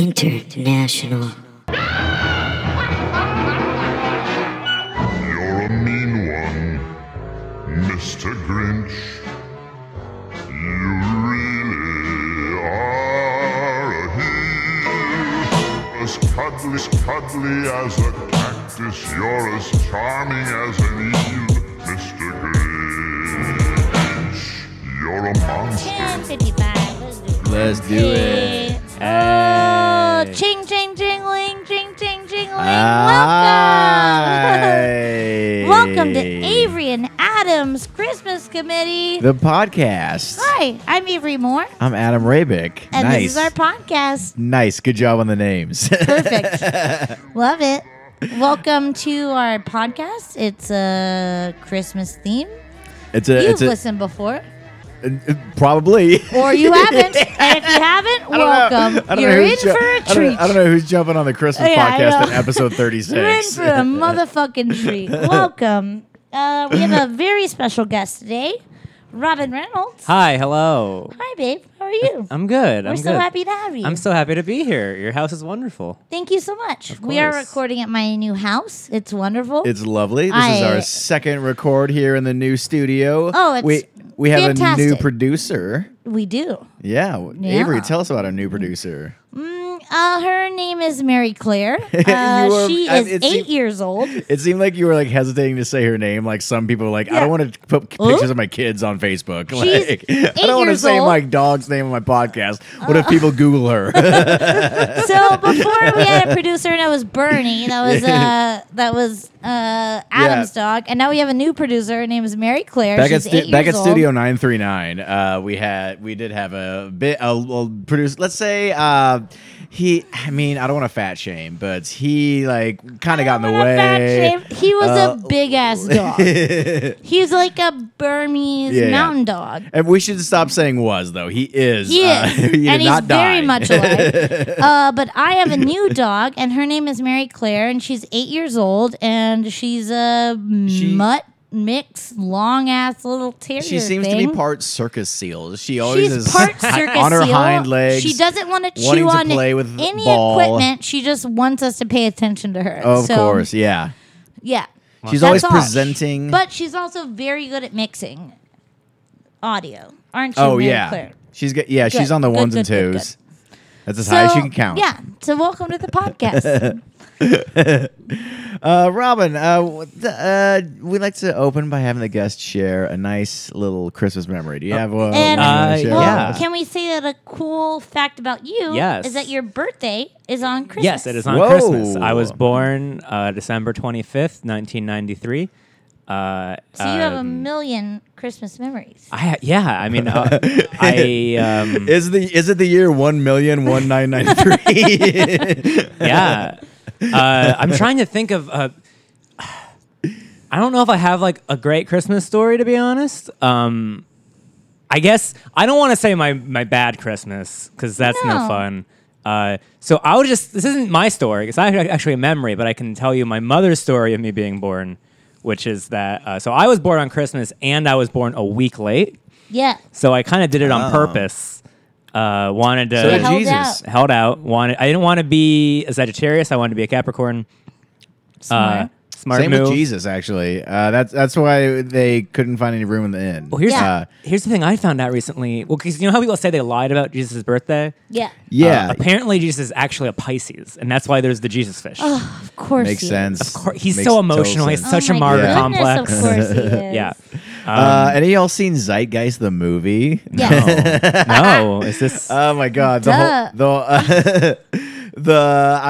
International. You're a mean one, Mr. Grinch. You really are a heel. As cuddly, cuddly as a cactus, you're as charming as an eel, Mr. Grinch. You're a monster. 1055. Let's do it. Let's do it. Oh, Hey. ching, ching, jingling, ching, ching, jingling. Welcome. Hi. Welcome to Avery and Adam's Christmas Committee. The podcast. Hi, I'm Avery Moore, I'm Adam Rabick. and nice. this is our podcast. nice. Good job on the names. Perfect. Love it. Welcome to our podcast. It's a Christmas theme. it's a. You've it's a, listened before, uh, Probably. or you haven't. and if you haven't, I don't know. welcome. I don't know You're in who's ju- for a I don't, treat. know- I don't know who's jumping on the Christmas Yeah, I podcast know. at episode You're in for 36. a motherfucking treat. Welcome. Uh, we have a very special guest today, Robin Reynolds. Hi, hello. Hi, babe. How are you? I'm good. We're I'm so good. happy to have you. I'm so happy to be here. Your house is wonderful. Thank you so much. We are course. recording at my new house. It's wonderful. It's lovely. This is I- our second record here in the new studio. Oh, it's we we have a new fantastic. producer. we do. Yeah. Avery, Yeah. tell us about our new producer. Mm, uh, her name is Mary Claire. Uh, You were- she I- is it eight seem- years old. It seemed like you were like hesitating to say her name. Like some people are like, I Yeah. don't want to put c- Huh? pictures of my kids on Facebook. Like, I eight don't want to years say old. Uh. my dog's name on my podcast. What if people Google her? So before we had a producer, and that was Bernie. That was uh, that was uh, Adam's dog, and now we have a new producer. Her name is Mary Claire. back at She's stu- eight back years at old. Studio Nine Three Nine, uh, we had we did have a bit a, a produce. Let's say uh, he. I mean, I don't want to fat shame, but he like kind of got in the What a fat way. shame. He was Uh, a big ass dog. He's like a Burmese Yeah, yeah. mountain dog. And we should stop saying was though. He is. He uh, is, he did and he's not very die. much alive. uh, but I have a new dog, and her name is Mary Claire, and she's eight years old, and she's a She- mutt mix, long ass little terrier. She seems thing. to be part circus seal. She always She's is part circus on her seal. hind legs. She doesn't want to wanting chew to on play with the any ball. equipment. She just wants us to pay attention to her. Of So, course, yeah. Yeah. She's That's always all. presenting. But she's also very good at mixing audio, aren't you? oh Mary yeah, Claire? she's got yeah. She's Good, on the good, ones and good, good, good. twos. That's as high as she can count. Yeah. So welcome to the podcast. Uh, Robin, uh, what the- uh, we like to open by having the guests share a nice little Christmas memory. Do you have one? and you wanna uh, share well, with yeah. us? can we say that a cool fact about you Yes. is that your birthday is on Christmas? Yes, it is on Whoa. Christmas. I was born uh, December 25th, 1993. Uh, So you have a um, million Christmas memories. I ha- yeah, I mean, uh, I um, Is the is it the year one million one nine ninety three? yeah. Uh, I'm trying to think of. Uh, I don't know if I have like a great Christmas story to be honest. Um, I guess I don't want to say my my bad Christmas because that's no, No. fun. Uh, so I would just this isn't my story. It's not actually a memory, but I can tell you my mother's story of me being born, which is that uh, so I was born on Christmas and I was born a week late. yeah. So I kind of did it on Oh. purpose. Uh, wanted to So It did held Jesus. out. held out. Wanted. I didn't want to be a Sagittarius. I wanted to be a Capricorn. Smart. Uh, smart Same move. with Jesus, actually. Uh, that's that's why they couldn't find any room in the inn. Well, here's Yeah. Uh, here's the thing I found out recently. Well, because you know how people say they lied about Jesus' birthday. yeah. yeah, Uh, apparently, Jesus is actually a Pisces, and that's why there's the Jesus fish. Oh, Of course. makes he is. Oh sense. Of course- he's Makes so total emotional. He's sense. such a my martyr goodness, complex. Of course he is. yeah. uh, any of y'all seen Zeitgeist the movie? Yeah. No, is this? Oh my god, the Duh. whole, the uh, the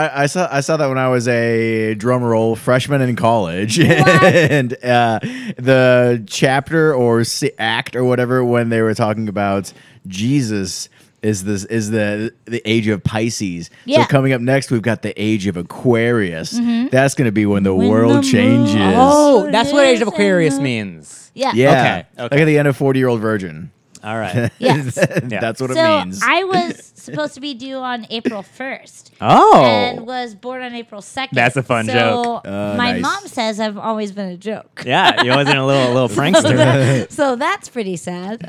I, I saw I saw that when I was a drum roll freshman in college, and uh, the chapter or se- act or whatever when they were talking about Jesus. Is this is the the age of Pisces? Yeah. Mm-hmm. So coming up next, we've got the age of Aquarius. That's going to be when the When world the changes. moon- oh, that's what Age of Aquarius means. Yeah. Yeah, Okay, like at the end of forty year old virgin. All right. Yes. That's what so it means. I was supposed to be due on April 1st Oh. and was born on April 2nd. That's a fun so joke. Uh, my nice. mom says I've always been a joke. Yeah, you always in a little a little prankster. so that's pretty sad.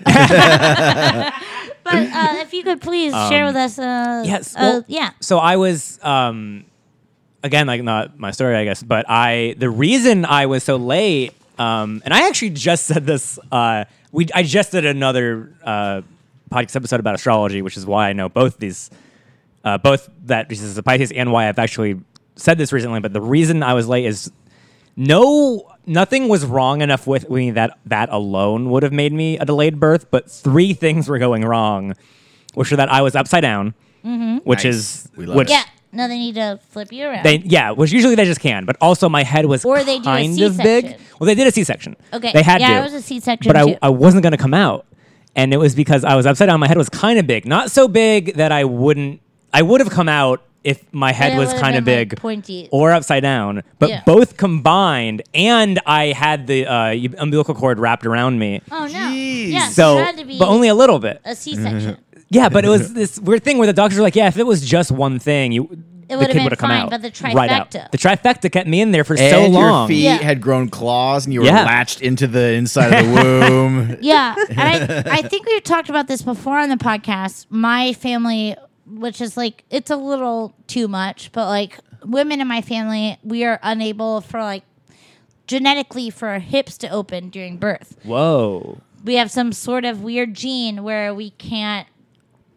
But uh, if you could please share with us, uh, Um, Yes. uh, well, yeah. So I was, um, again, like not my story, I guess, but I the reason I was so late, um, and I actually just said this. Uh, we I just did another uh, podcast episode about astrology, which is why I know both these, uh, both that this is a Pisces and why I've actually said this recently. But the reason I was late is no. Nothing was wrong enough with me that that alone would have made me a delayed birth, but three things were going wrong, which are that I was upside down, which Nice. is We love which it. Mm-hmm. Yeah. No, they need to flip you around. they yeah, which usually they just can, but also my head was Or they do a kind of big. C-section. Well, they did a C-section. Okay, they had yeah, to. I was a C-section but too. I, I wasn't gonna come out, and it was because I was upside down. My head was kind of big, not so big that I wouldn't. I would have come out if my head it was would've kind of been, like, big, Oh, pointy. or upside down. But Yeah. both combined, and I had the uh, umbilical cord wrapped around me. oh, no. Jeez. Yeah, so, it had to be but only a little bit. a C-section. Yeah, but it was this weird thing where the doctors were like, "Yeah, if it was just one thing, you It the would've kid been would have come fine, out." but the right out. trifecta. The trifecta kept me in there for And so long. Your feet Yeah. had grown claws, and you were Yeah. latched into the inside of the womb. Yeah, and I, I think we've talked about this before on the podcast. My family, which is like it's a little too much, but like women in my family, we are unable for like genetically for our hips to open during birth. Whoa. We have some sort of weird gene where we can't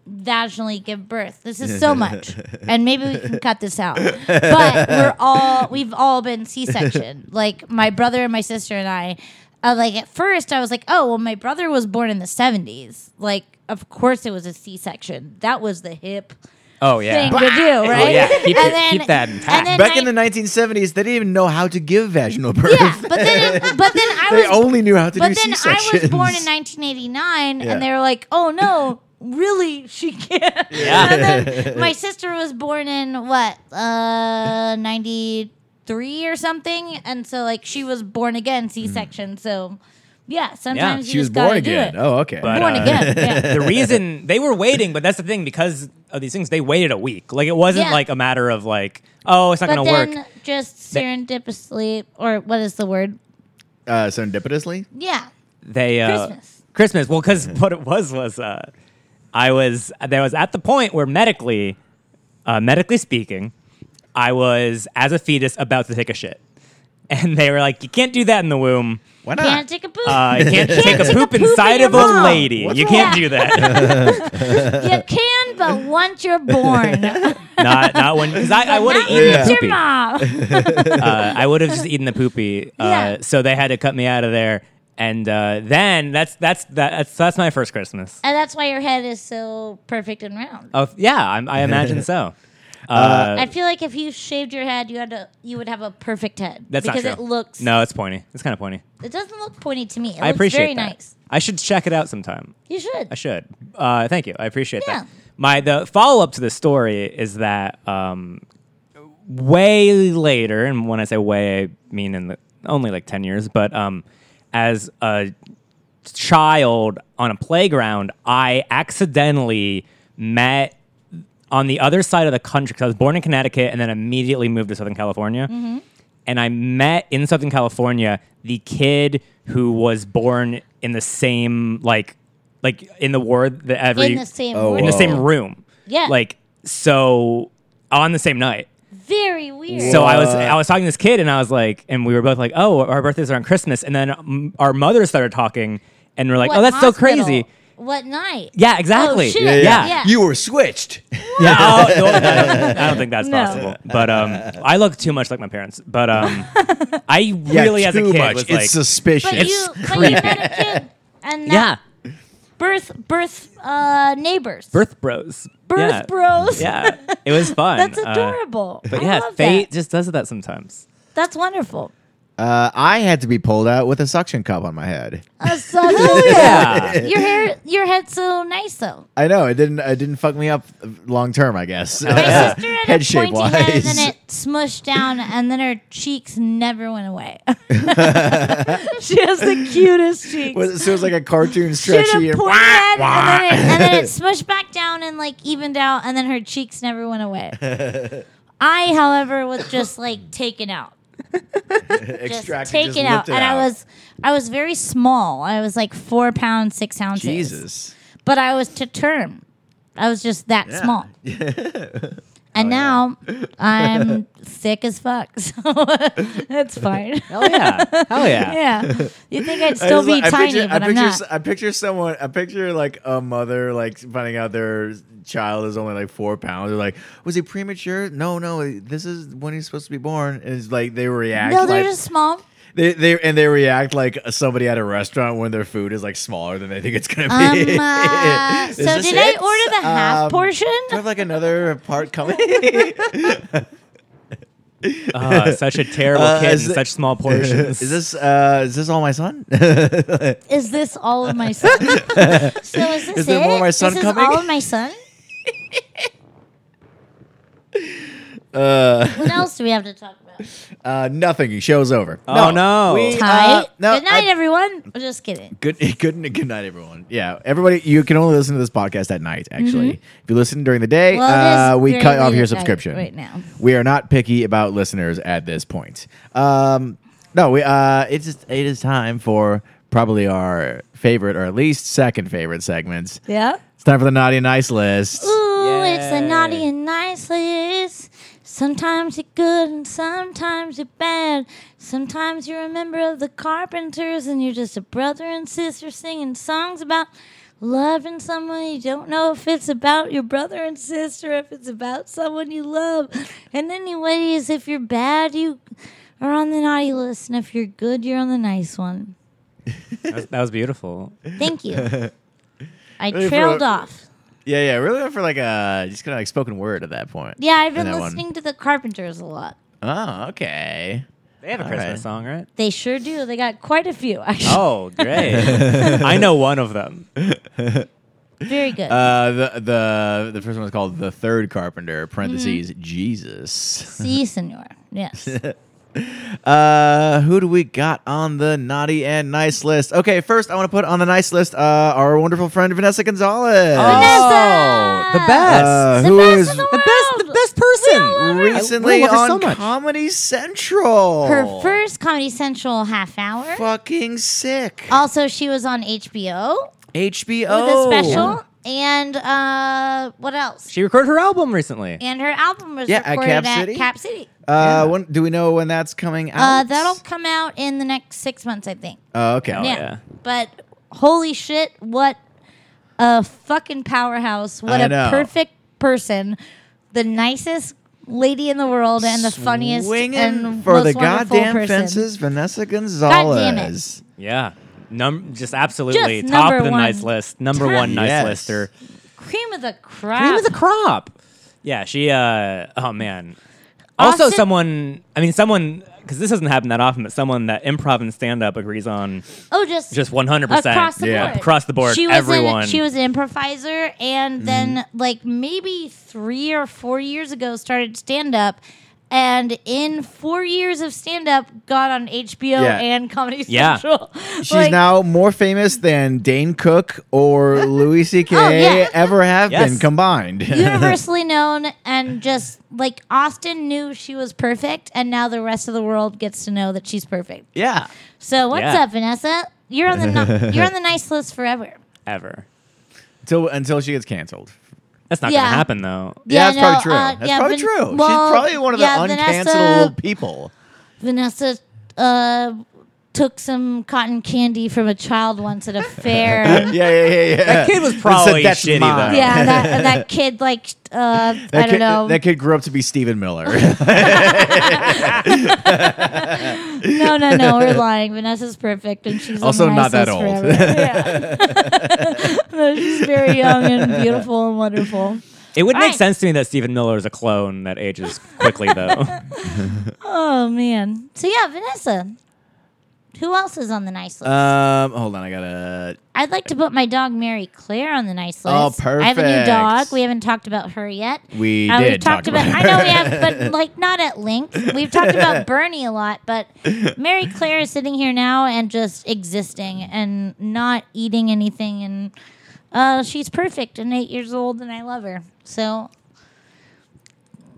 vaginally give birth. This is so much, and maybe we can cut this out. But we're all we've all been C-section. Like my brother and my sister and I. Uh, like at first, I was like, "Oh, well, my brother was born in the '70s. Like, of course, it was a C-section. That was the hip Oh yeah. thing to do, right? yeah. Keep And it- then- keep that and intact. then Back I- in the 1970s, they didn't even know how to give vaginal birth. yeah, but then, it, but then I they was only knew how to do But then I C-sections. was born in 1989, Yeah. and they were like, "Oh no, really? She can't." Yeah. And then my sister was born in what, uh, 93 or something, and so like she was born again, C-section. So yeah, sometimes you Mm-hmm. She was just gotta born do again. it. Oh, okay. But, born uh, again. Yeah. the reason they were waiting, but that's the thing because of these things, they waited a week. Like it wasn't Yeah. like a matter of like, oh, it's not But going to then work. just serendipitously, or what is the word? uh, serendipitously, Yeah, They uh, Christmas. Christmas. Well, because what it was was uh, I was there was at the point where medically, uh, medically speaking, I was as a fetus about to take a shit, and they were like, you can't do that in the womb. why not? can't take a poop. Uh, you can't take take a a poop poop in inside your of a mom. lady. What's you can't wrong? do that. you can, but once you're born, not not when because I, I would not have eaten with the your poopy. Uh, mom. I would have just eaten the poopy. Uh, Yeah. So they had to cut me out of there, and uh, then that's that's that's that's my first Christmas. And that's why your head is so perfect and round. Oh yeah, I, I imagine so. Uh, I feel like if you shaved your head, you had a, you would have a perfect head. that's because not true. it looks no, it's pointy. It's kind of pointy. It doesn't look pointy to me. It I looks appreciate very that. nice. I should check it out sometime. You should. I should. Uh, thank you. I appreciate Yeah. that. My the follow up to this story is that um, way later, and when I say way, I mean in the only like ten years, but um, as a child on a playground, I accidentally met on the other side of the country because I was born in Connecticut and then immediately moved to Southern California. Mm-hmm. And I met in Southern California the kid who was born in the same like like in the ward that every in the same Oh, room. in the Whoa. same room. Yeah. Like so on the same night. Very weird. So I was What? I was talking to this kid, and I was like, and we were both like, oh, our birthdays are on Christmas, and then um, our mothers started talking, and we're like, What oh, that's so hospital? crazy. What night? Yeah, exactly. Oh, shit. Yeah, yeah. yeah. You were switched. Yeah, oh, no, I don't- I don't think that's No. possible. But um, I look too much like my parents. But um, I really, yeah, as a too kid, much. was it's like, suspicious. but you, but you met a kid, and yeah, that birth birth uh, neighbors, birth bros, birth yeah. bros. Yeah, it was fun. that's Uh, adorable. but I yeah, love fate that. just does that sometimes. That's wonderful. uh, I had to be pulled out with a suction cup on my head. Uh, so- Yeah. your hair, your head's so nice though. I know it didn't. It didn't fuck me up long term. I guess. My Uh, sister had head a shape pointy wise. head, and then it smushed down, and then her cheeks never went away. she has the cutest cheeks. was, so it was like a cartoon she had stretchy. a and- pointy head, and then, it, and then it smushed back down and like evened out, and then her cheeks never went away. I, however, was just like taken out, just extracted, taken just out, lifted and I was, I was very small. I was like four pounds, six ounces. Jesus. but I was to term. I was just that Yeah. small. Oh, And now I'm thick as fuck, so that's fine. Hell Oh, yeah. Hell yeah. yeah, you think I'd I still be just- I tiny, picture, but I I'm picture, not. s- I picture someone. I picture like a mother like finding out their child is only like four pounds. They're like, "Was he premature? No, no. This is when he's supposed to be born." And it's like they react. no, they're like, just small. they, they and they react like somebody at a restaurant when their food is like smaller than they think it's gonna Um, be. uh, Is so this did I it? order the half Um, portion? Do I have like another part coming? Uh, such a terrible Uh, kid in is it- such small portions. is this uh, is this all my son? Is this all of my son? so is this Is it? there more of my son this coming? is all of my son. uh, What else do we have to talk about? uh, nothing. Show's over. Oh, no. We, uh, Tight. no, Good night, I- everyone. I'm just kidding. Good, good, good night, everyone. Yeah, everybody, you can only listen to this podcast at night. Actually, if you listen during the day, Mm-hmm. Well, it uh, is we very cut off late your at night subscription. right now. we are not picky about listeners at this point. Um, no, we. Uh, it's just, it is time for probably our favorite or at least second favorite segments. Yeah. It's time for the naughty and nice list. Ooh, it's the Yay. naughty and nice list. Sometimes you're good and sometimes you're bad. Sometimes you're a member of the Carpenters and you're just a brother and sister singing songs about loving someone you don't know if it's about your brother and sister, if it's about someone you love. And anyways, if you're bad, you are on the naughty list, and if you're good, you're on the nice one. that, was, that was beautiful. Thank you. I Hey, trailed bro. off. Yeah, yeah, really went for like a just kind of like spoken word at that point. Yeah, I've been That one. listening to the Carpenters a lot. Oh, okay. They have a All Christmas right. song, right? They sure do. They got quite a few, actually. Oh, great. I know one of them. Very good. Uh, the the the first one is called the third carpenter parentheses Mm-hmm. Jesus. See, senor. Yes. Uh, who do we got on the naughty and nice list? Okay, first I want to put on the nice list uh, our wonderful friend Vanessa Gonzalez. Oh, the best. Uh, the who best is in the the best, the world. best person. recently I love her on so much. Comedy Central. Her first Comedy Central half hour. fucking sick. Also, she was on HBO HBO with Oh, a special. And uh, what else? She recorded her album recently. And her album was Yeah, at recorded Cap at City? Cap City. Uh, when, do we know when that's coming out? Uh, that'll come out in the next six months, I think. Oh, okay. yeah. yeah. But holy shit, what a fucking powerhouse. What I a know. perfect person. The nicest lady in the world and the funniest Swinging and for most the wonderful goddamn person. fences, Vanessa Gonzalez. damn it. Yeah. Num- just absolutely Just top number of the one. nice list. Number one Yes. nice lister. Cream of the crop. Cream of the crop. Yeah, she uh oh man. Also Austin- someone I mean someone cuz this doesn't happen that often but someone that improv and stand up agrees on oh, just just 100% across the Yeah. board. Across the board, She was everyone. An, she was an improviser, and Mm-hmm. then like maybe three or four years ago started stand up. And in four years of stand up, got on HBO Yeah. and Comedy Yeah. Central. She's now more famous than Dane Cook or Louis C.K. Oh, yeah. ever have Yes. been combined. universally known and just like Austin knew she was perfect and now the rest of the world gets to know that she's perfect. yeah. So what's Yeah. up, Vanessa? You're on the ni- you're on the nice list forever. ever. Until until she gets canceled. That's not Yeah. going to happen though. Yeah, that's no, probably true. uh, that's yeah, probably Van- true. well, She's probably one of yeah, the Vanessa- uncancelable people. Vanessa uh, took some cotton candy from a child once at a fair. Yeah, yeah, yeah, yeah. That kid was They said, probably "That's shitty, mine." though. yeah, and that, and that kid like uh, That I don't kid, know. That kid grew up to be Stephen Miller. No, no, no, we're lying. Vanessa's perfect, and she's on Also the not nice that list old. forever. Yeah. no, she's very young and beautiful and wonderful. It would All make right. sense to me that Stephen Miller is a clone that ages quickly though. Oh man. So yeah, Vanessa. Who else is on the nice list? um, hold on, I gotta. I'd like to put my dog Mary Claire on the nice list. Oh, I have a new perfect. dog. We haven't talked about her yet. We Uh, did talk about I know we have, but like not at length. We've talked about Bernie a lot, but Mary Claire is sitting here now and just existing and not eating anything, and uh, she's perfect and eight years old, and I love her. So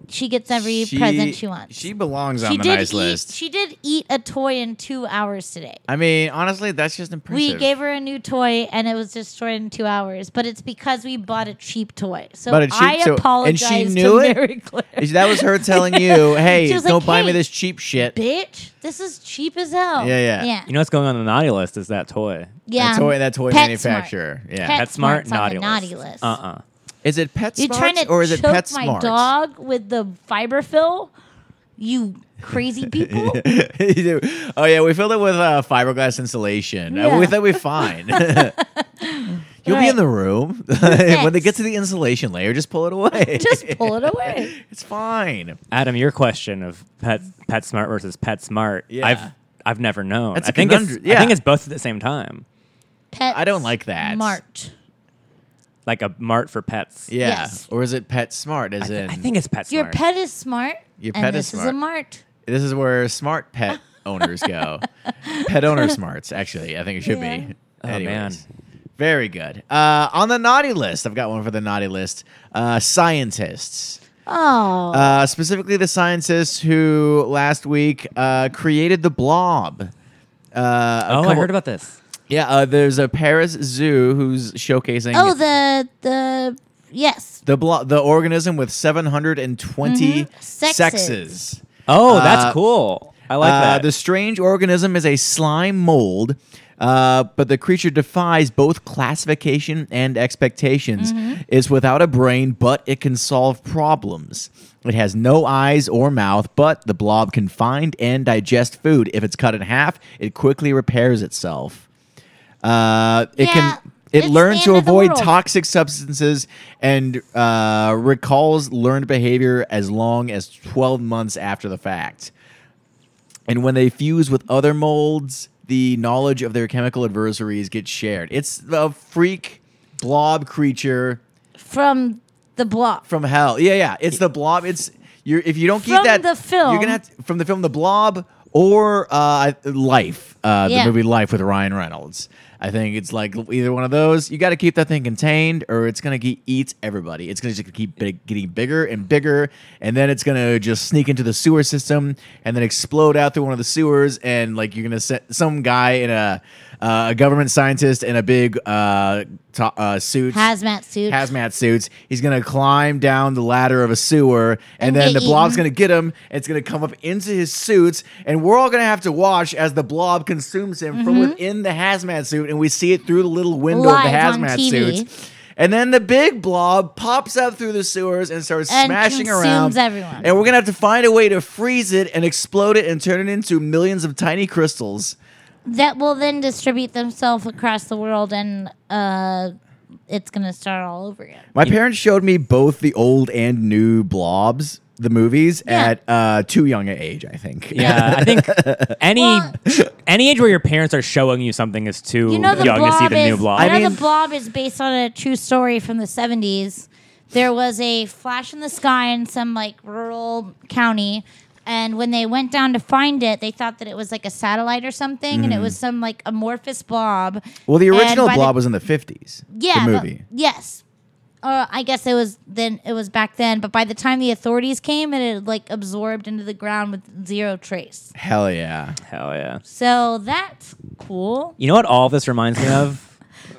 she gets every present she wants. She belongs on She the did nice eat. list. She did eat a toy in two hours today. I mean, honestly, that's just impressive. We gave her a new toy and it was destroyed in two hours, but it's because we bought a cheap toy. So Bought a cheap I toy. And apologize she knew to it? Mary Claire. Is- That was her telling you, hey, She was don't like, buy me "Hey, this cheap shit. Bitch, this is cheap as hell. Yeah, yeah. yeah. You know what's going on the naughty list is that toy. yeah. That toy, that toy PetSmart. manufacturer. Yeah. Pet- PetSmart PetSmart's on naughty, the naughty list. Uh uh is it PetSmart You're trying to or is it choke PetSmart? my dog with the fiber fill? You crazy people. You do. oh yeah, we filled it with uh, fiberglass insulation. Uh, Yeah. We thought we'd be fine. You'll be Right. in the room when they get to the insulation layer. Just pull it away. Just pull it away. it's fine. Adam, your question of pet PetSmart versus PetSmart, Yeah. I've I've never known. That's I a think it's, conundrum. I think Yeah. it's both at the same time, Pet I don't like that. Mart. like a mart for pets. Yeah. Yes. Or is it PetSmart? As I, in, th- I think it's PetSmart. Your pet is smart. Your and pet is this is a smart. mart. this is where smart pet owners go. pet owner smarts, actually. I think it should Yeah. be. Oh, man. Very good. Uh, on the naughty list, I've got one for the naughty list. Uh, scientists. Oh. Uh, specifically, the scientists who last week uh, created the blob. Uh, a oh, I couple- heard about this. Yeah, uh, there's a Paris zoo who's showcasing oh, the the yes. the blo- the organism with 720 Mm-hmm. Sexes. sexes. Oh, Uh, that's cool. I like Uh, that. The strange organism is a slime mold, uh, but the creature defies both classification and expectations. Mm-hmm. It's without a brain, but it can solve problems. It has no eyes or mouth, but the blob can find and digest food. If it's cut in half, it quickly repairs itself. Uh, it Yeah, can. It it's learns the to end of the avoid world. toxic substances and uh, recalls learned behavior as long as 12 months after the fact. And when they fuse with other molds, the knowledge of their chemical adversaries gets shared. It's a freak blob creature From the block. from hell. Yeah, yeah. It's the blob. It's you're if you don't keep From that the film. you're gonna have to, from the film The Blob or uh, Life, uh, Yeah. the movie Life with Ryan Reynolds. I think it's like either one of those. You got to keep that thing contained, or it's gonna ge- eat everybody. It's gonna just keep big, getting bigger and bigger, and then it's gonna just sneak into the sewer system and then explode out through one of the sewers. And like you're gonna set some guy in a uh, a government scientist in a big uh, to- uh, suit Hazmat suit. hazmat suits. He's gonna climn down the ladder of a sewer, And and, then the get blob's eaten. gonna get him. And it's gonna come up into his suits, and we're all gonna have to watch as the blob consumes him from Mm-hmm. within the hazmat suit, and we see it through the little window of Live on the hazmat TV. suits. And then the big blob pops up through the sewers and starts And smashing consumes around everyone. And we're gonna have to find a way to freeze it and explode it and turn it into millions of tiny crystals. that will then distribute themselves across the world and uh it's gonna start all over again. My parents showed me both the old and new blobs, the movies, Yeah. at uh, too young an age, I think. yeah, I think any Well- any age where your parents are showing you something is too You know the young to blob see the is new blob. you know I mean- the blob is based on a true story from the seventies. There was a flash in the sky in some like rural county and when they went down to find it, they thought that it was like a satellite or something, Mm. and it was some like amorphous blob. Well, the And original by blob was in the 50s. Yeah, The but- movie. yes. Uh, I guess it was then. It was back then, but by the time the authorities came, it had like absorbed into the ground with zero trace. Hell yeah. Hell yeah. So that's cool. You know what all this reminds me of?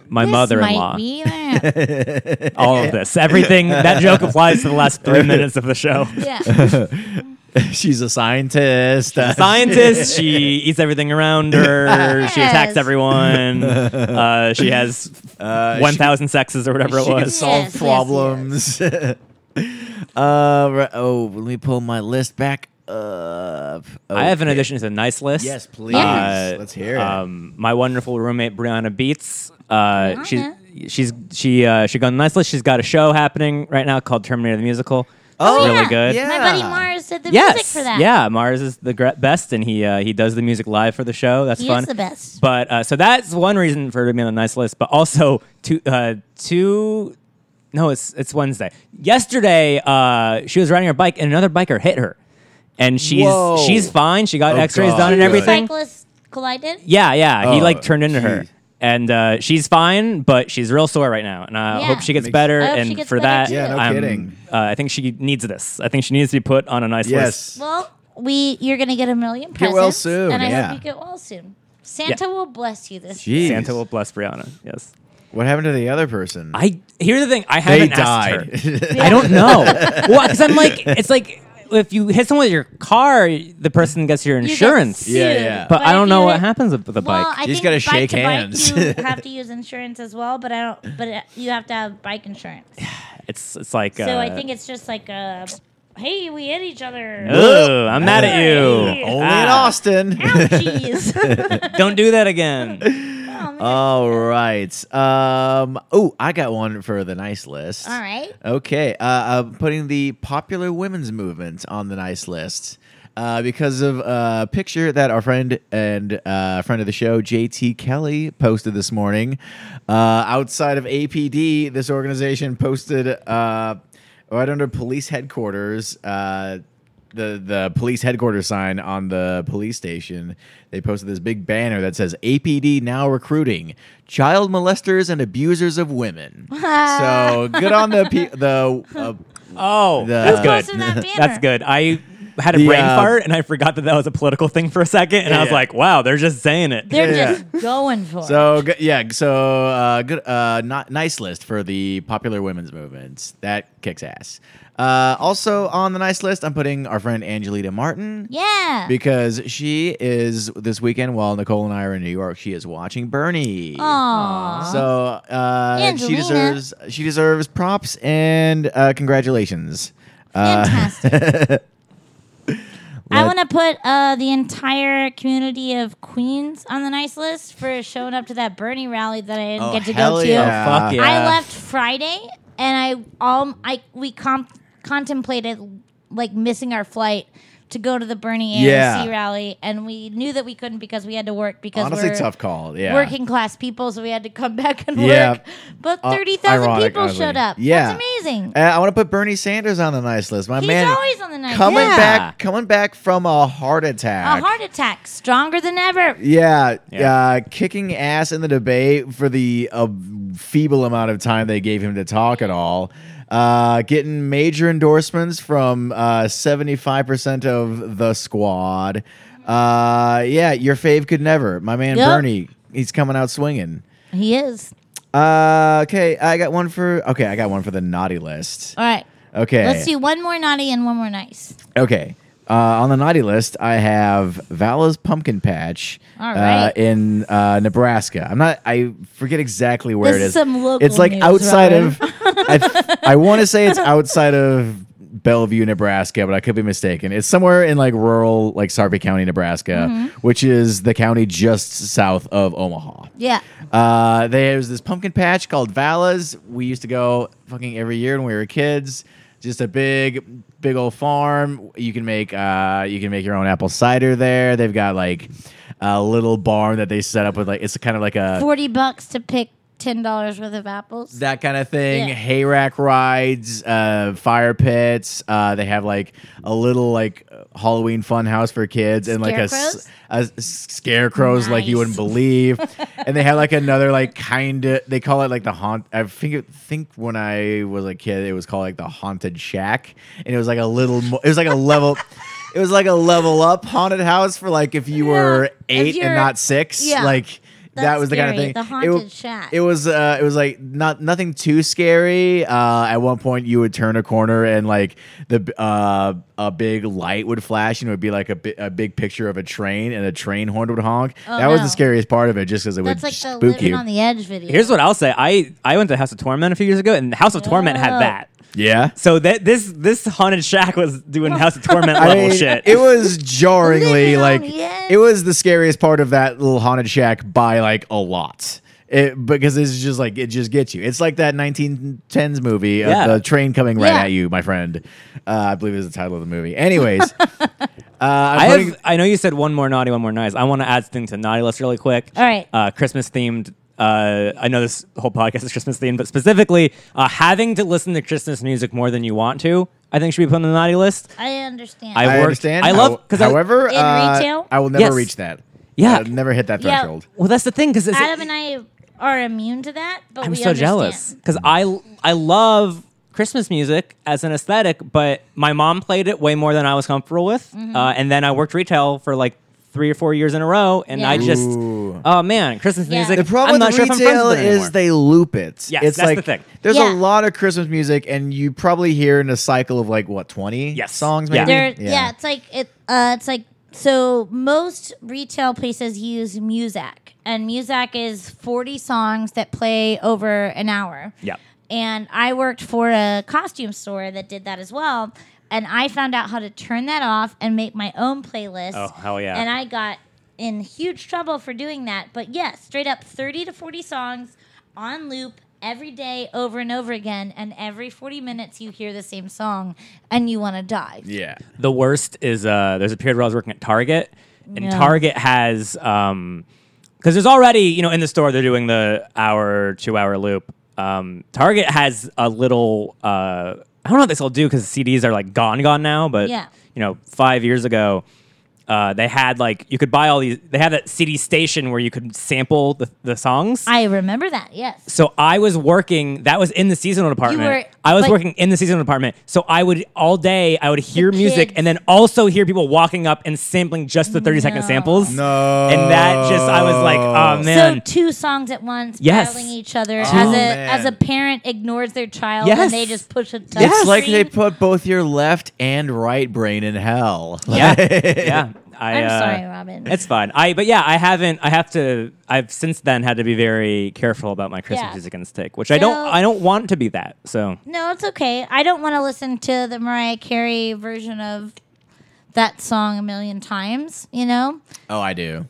My This mother-in-law. might be that. All of this. Everything that joke applies to the last 3 minutes of the show. yeah. She's a scientist. scientist. She eats everything around her. She attacks Yes. everyone. Uh, she has Uh, one thousand sexes or whatever it she can was. solve Yes, yes, problems. uh, right- oh, let me pull my list back up. I have an Okay. addition to the nice list. Yes, please. Yeah. Let's hear it. Um, my wonderful roommate Brianna Beats. Uh, she's Brianna. she's she uh, she got on the nice list. She's got a show happening right now called Terminator the Musical. Oh, really yeah. good. Yeah. My buddy Mars did the yes, music for that. yeah. Mars is the gre- best, and he uh, he does the music live for the show. That's He fun. is the best. But uh, so that's one reason for it to be on the nice list. But also two, uh, two. No, it's it's Wednesday. Yesterday, uh, she was riding her bike, and another biker hit her, and she's Whoa. she's fine. She got Oh, X-rays God. done and Two everything. Cyclist collided. Yeah, yeah. Oh, he like turned into her, geez. and uh, she's fine, but she's real sore right now, and I Yeah. hope she gets Makes- better. I hope she and gets for better that, too. Yeah, no I'm- kidding. Uh, I think she needs this. I think she needs to be put on a nice list. Yes. Well, we you're gonna get a million presents. Get well soon, and I yeah. hope you get well soon. Santa will bless you this. Jeez. Santa will bless Brianna. Yes. What happened to the other person? I here's the thing. I they haven't asked her. died. I don't know. well, because I'm like, it's like if you hit someone with your car, the person gets your You get insurance. Yeah, yeah. sued, But I if don't know you what hit- happens with the Well, bike. I You just think gotta bike shake to hands. Bike, you have to use insurance as well, but I don't. But uh, you have to have bike insurance. It's it's like. So uh, I think it's just like a, hey, we hit each other. Ugh, oh, I'm mad at you. Sorry. Only in Ah, Austin. Ouchies. don't do that again. oh, man. All right. Um, oh, I got one for the nice list. All right. Okay. Uh, uh, putting the popular women's movement on the nice list uh, because of a picture that our friend and uh, friend of the show, JT Kelly, posted this morning. Uh, outside of APD, this organization posted uh, right under police headquarters. Uh, the, the police headquarters sign on the police station. They posted this big banner that says APD now recruiting child molesters and abusers of women. so good on the pe- the uh, Oh, The- that's Close good. in that banner. That's good. I had a The, brain uh, fart and I forgot that that was a political thing for a second, and I was Yeah. like, wow, they're just saying it. They're Yeah. just going for it. so good, yeah so uh, good uh, not nice list for the popular women's movement that kicks ass. Uh, also on the nice list, I'm putting our friend Angelita Martin. Yeah. Because she is this weekend while Nicole and I are in New York, she is watching Bernie. Aww. So uh, she Angelina. deserves she deserves props and uh, congratulations. Fantastic. I uh, Let- want to put uh, the entire community of Queens on the nice list for showing up to that Bernie rally that I didn't get to go hell to. yeah. Oh, fuck yeah. I left Friday, and I um I we comp- contemplated like missing our flight to go to the Bernie AMC Yeah. rally, and we knew that we couldn't because we had to work because Honestly, we're tough call. Yeah. working class people, so we had to come back and Yeah. work. But Uh, thirty thousand ironic, people honestly. showed up. Yeah. that's amazing. Uh, I want to put Bernie Sanders on the nice list. My He's man, always on the nice coming list. back, coming back from a heart attack. A heart attack, stronger than ever. yeah, Yeah. Uh, kicking ass in the debate for the uh, feeble amount of time they gave him to talk at all. Uh, getting major endorsements from uh, seventy-five percent of the squad. Uh, yeah, your fave could never. My man Yep. Bernie, he's coming out swinging. He is. Uh, okay, I got one for. Okay, I got one for the naughty list. All right. Okay, Let's do one more naughty and one more nice. Okay. Uh, on the naughty list, I have Vala's Pumpkin Patch All uh, right. in uh, Nebraska. I'm not. I forget exactly where This it is is. some local it's like news, outside of. I, I want to say it's outside of Bellevue, Nebraska, but I could be mistaken. It's somewhere in like rural, like Sarpy County, Nebraska, Mm-hmm. which is the county just south of Omaha. Yeah. Uh, there's this pumpkin patch called Vala's. We used to go fucking every year when we were kids. Just a big, big old farm. You can make uh, you can make your own apple cider there. They've got like a little barn that they set up with like it's kind of like a 40 bucks to pick $10 worth of apples. that kind of thing. Yeah. Hay rack rides, uh, fire pits. Uh, they have like a little like Halloween fun house for kids and like a, s- a s- scarecrows like you Nice. wouldn't believe. and they had like another like kind of they call it like the haunt. I think it, think when I was a kid it was called like the haunted shack, and it was like a little. Mo- it was like a level. It was like a level up haunted house for like if you were if eight and you're- not six. yeah. Like that That's was the kind of scary. thing. The it, wa- haunted shack. It was uh, it was like not nothing too scary. Uh, at one point, you would turn a corner and like the uh, a big light would flash and it would be like a, bi- a big picture of a train and a train horn would honk. Oh, that was the no. scariest part of it, just because it That's would like the spook living you. on the edge video. Here's what I'll say. I, I went to House of Torment a few years ago, and House of Torment had Oh. that. yeah. So that this this haunted shack was doing House of Torment I level mean, shit. It was Living jarringly on like the edge. it was the scariest part of that little haunted shack by like a lot. It, because it's just like it just gets you. It's like that 1910s movie of Yeah. the train coming right Yeah. at you, my friend. Uh, I believe is the title of the movie. Anyways, uh, I'm I putting- have. I know you said one more naughty, one more nice. I want to add something to naughty list really quick. All right. Uh, Christmas themed. Uh, I know this whole podcast is Christmas themed, but specifically uh, having to listen to Christmas music more than you want to, I think should be put on the naughty list. I understand. I- I worked- understand. I love- How- 'cause I- however, In uh, retail? I will never Yes. reach that. Yeah. I never hit that Yeah. threshold. well, that's the thing because Adam and I are immune to that, but Oh, I'm we so understand. jealous because I I love Christmas music as an aesthetic, but my mom played it way more than I was comfortable with. Mm-hmm. Uh, and then I worked retail for like three or four years in a row, and I Yeah. just Ooh. oh man, Christmas Yeah. music. The The problem I'm not with sure if I'm friends retail with it anymore. is they loop it. Yes, it's that's the like thing. there's Yeah. a lot of Christmas music, and you probably hear in a cycle of like what twenty Yes. songs. Yeah. Maybe? There, yeah. it's like it. Uh, it's like so. Most retail places use Muzak, and Muzak is forty songs that play over an hour. yeah. And I worked for a costume store that did that as well. And I found out how to turn that off and make my own playlist. Oh, hell yeah. And I got in huge trouble for doing that. But yes, straight up 30 to 40 songs on loop every day over and over again. And every 40 minutes, you hear the same song and you want to die. yeah. The worst is uh, there's a period where I was working at Target, and Yeah. Target has um, because there's already you know in the store they're doing the hour two hour loop. Um, Target has a little uh, I don't know if this will do because CDs are like gone gone now, but Yeah. you know five years ago. Uh, they had like you could buy all these. They had that CD station where you could sample the, the songs. I remember that, yes. So I was working. That was in the seasonal department. were, I was like- working in the seasonal department. So I would all day. I would hear music kids. and then also hear people walking up and sampling just the thirty second No. samples. No. And that just I was like, oh So man. two songs at once, Yes. Oh, battling each other. as a man. as a parent ignores their child, Yes. and they just push a. touch Yes. It's like they screen. put both your left and right brain in hell. yeah, yeah. I, I'm uh, sorry, Robin. It's fine. I but yeah, I haven't. I have to. I've since then had to be very careful about my Christmas Yeah. music intake, which I don't. So- I don't want to be that. So No, it's okay. I don't want to listen to the Mariah Carey version of that song a million times, you know? oh, I do.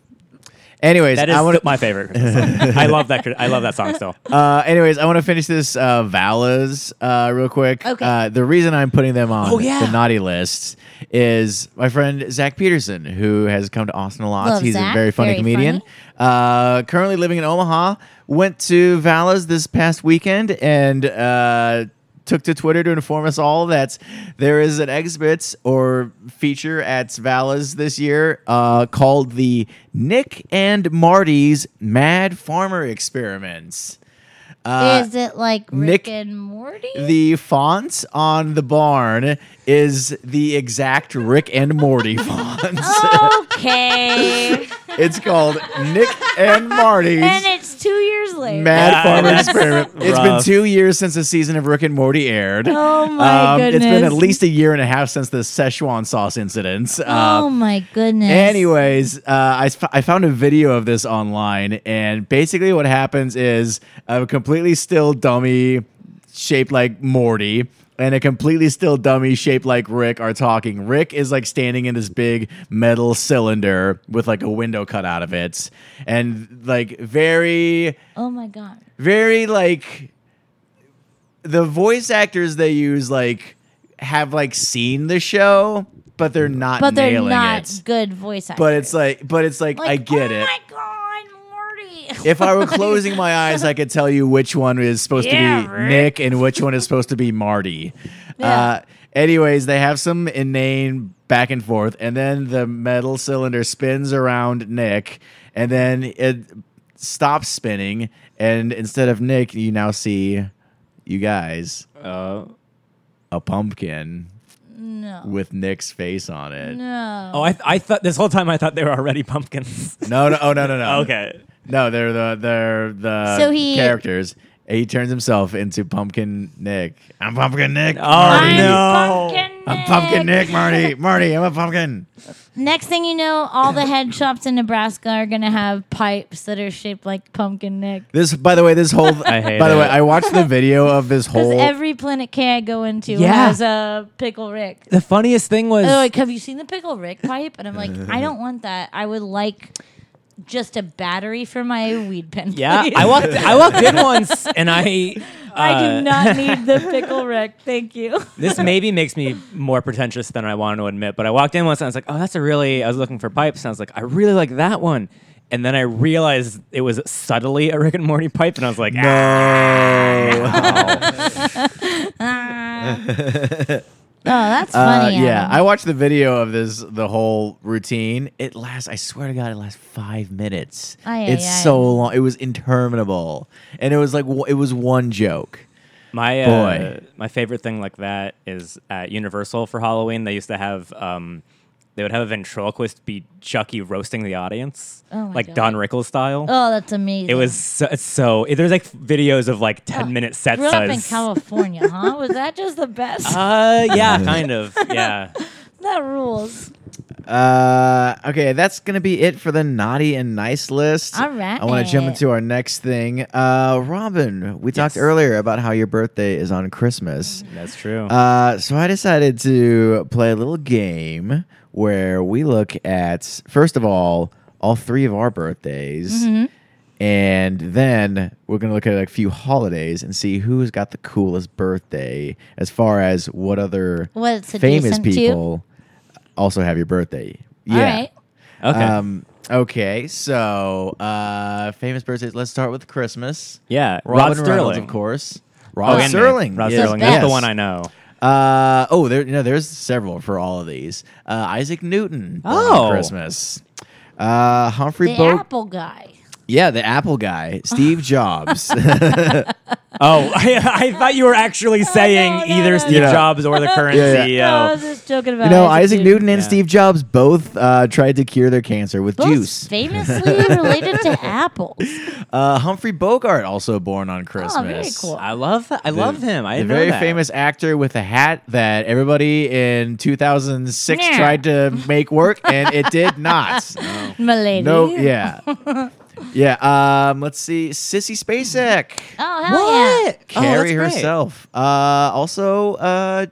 Anyways, that is I want to my favorite. Christmas song. I love that. I love that song still. Oh. Uh, anyways, I want to finish this uh, Valas uh, real quick. Okay. Uh, the reason I'm putting them on Oh, yeah. the naughty list is my friend Zach Peterson, who has come to Austin a lot. Love He's Zach, a very funny very comedian. Uh, currently living in Omaha, went to Valas this past weekend and. Uh, Took to Twitter to inform us all that there is an exhibit or feature at Valas this year uh, called the Nick and Marty's Mad Farmer Experiments. Is it like Rick Uh, Nick- and Morty? The font on the barn is the exact Rick and Morty font. okay. it's called Nick and Marty's and it's two years later. Mad Yeah, Farmer that's Experiment. It's been rough. two years since the season of Rick and Morty aired. Oh my um, It's been goodness. at least a year and a half since the Szechuan sauce incident. Uh, oh my goodness. Anyways, uh, I, s- I found a video of this online, and basically what happens is a completely still dummy shaped like Morty and a completely still dummy shaped like Rick are talking. Rick is like standing in this big metal cylinder with like a window cut out of it, and like very Oh my god. very like the voice actors they use like have like seen the show but they're not But they're nailing not it good voice actors. but it's like but it's like, Like, i get oh it my god, Morty. if i were closing my eyes i could tell you which one is supposed Yeah, to be right. nick and which one is supposed to be marty Yeah. uh, anyways they have some inane back and forth and then the metal cylinder spins around nick and then it stops spinning and instead of nick you now see you guys Uh, a pumpkin no. with nick's face on it No. oh, I, I thought this whole time I thought they were already pumpkins. no no oh no no no okay. No, they're the they're the So he- characters. He turns himself into Pumpkin Nick. I'm Pumpkin Nick. Oh I I'm no. Pumpkin I'm Pumpkin Nick, Marty. Marty, I'm a pumpkin. Next thing you know, all the head shops in Nebraska are gonna have pipes that are shaped like pumpkin neck. This, by the way, this whole. I hate by the it. way, I watched the video of this Because whole. every Planet K I go into Yeah. has a pickle Rick. The funniest thing was They're like, have you seen the pickle Rick pipe? And I'm like, I don't want that. I would like just a battery for my weed pen. yeah. please." I walked I walked in once and I I uh, do not need the pickle Rick. Thank you. Oh, This maybe makes me more pretentious than I wanted to admit, but I walked in once and I was like, "Oh, that's a really." I was looking for pipes and I was like, "I really like that one," and then I realized it was subtly a Rick and Morty pipe, and I was like, Uh, "Ah." No. that's Uh, funny. yeah, Adam. I watched the video of this the whole routine. It lasts. I swear to God, it lasts five minutes. Ay, ay, it's ay. so long. It was interminable, and it was like w- it was one joke. My uh, Boy. my favorite thing like that is at Universal for Halloween. They used to have um, they would have a ventriloquist be Chucky roasting the audience, Oh my like God. Don Rickles style. oh, that's amazing. It was so, so there's like videos of like ten minute set Grew up in sizes. California, huh? Was that just the best? Uh, yeah, kind of. Yeah. that rules. Uh, okay, that's gonna be it for the naughty and nice list. All right. I want to jump into our next thing. Uh, Robin, we talked earlier about how your birthday is on Christmas. That's true. Uh, so I decided to play a little game where we look at first of all all three of our birthdays, Mm-hmm. and then we're gonna look at a few holidays and see who's got the coolest birthday as far as what other What's famous adjacent to? people also have your birthday. All Yeah. right. okay. Um, okay. So uh, famous birthdays. Let's start with Christmas. yeah. Rod Robin Sterling, Reynolds, of course. Oh, Rod and me. Sterling. Rod yes, Sterling. That's the yes. one I know. Uh, oh, there, you know, there's several for all of these. Uh, Isaac Newton. born on Oh. Christmas. Uh, Humphrey The Bo- Apple guy. Yeah, the Apple guy. Steve Jobs. Oh, I, I thought you were actually saying Oh, no, either no, Steve no. Jobs or the current E Yeah, yeah. No, I CEO. was just joking about. you know, Isaac Newton. Newton and Yeah. Steve Jobs both uh, tried to cure their cancer with Both juice. famously related to apples. Uh, Humphrey Bogart also born on Christmas. cool. I love that. I Oh, love him. I the didn't know very that. famous actor with a hat that everybody in 2006 Yeah. tried to make work and it did not. Milady. No, yeah. Yeah, um, let's see. Sissy Spacek. Oh hell yeah! What? Oh, Carrie that's great. herself. Uh, also, uh,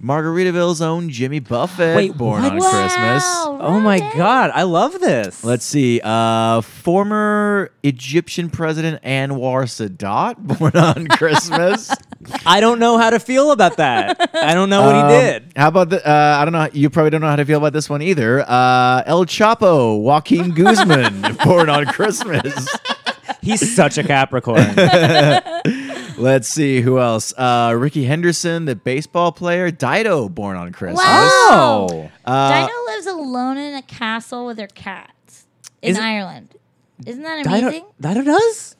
Margaritaville's own Jimmy Buffett, Wait, born what? on Wow, Christmas. Oh my Robin. god, I love this. Let's see. Uh, former Egyptian President Anwar Sadat, born on Christmas. I don't know how to feel about that. I don't know what Um, he did. How about the? Uh, I don't know. You probably don't know how to feel about this one either. Uh, El Chapo, Joaquin Guzman, born on Christmas. He's such a Capricorn. Let's see who else. Uh, Ricky Henderson, the baseball player. Dido, born on Christmas. Wow. oh. Uh, Dino lives alone in a castle with her cats in Is it- Ireland. Isn't that amazing? Dido, Dido does?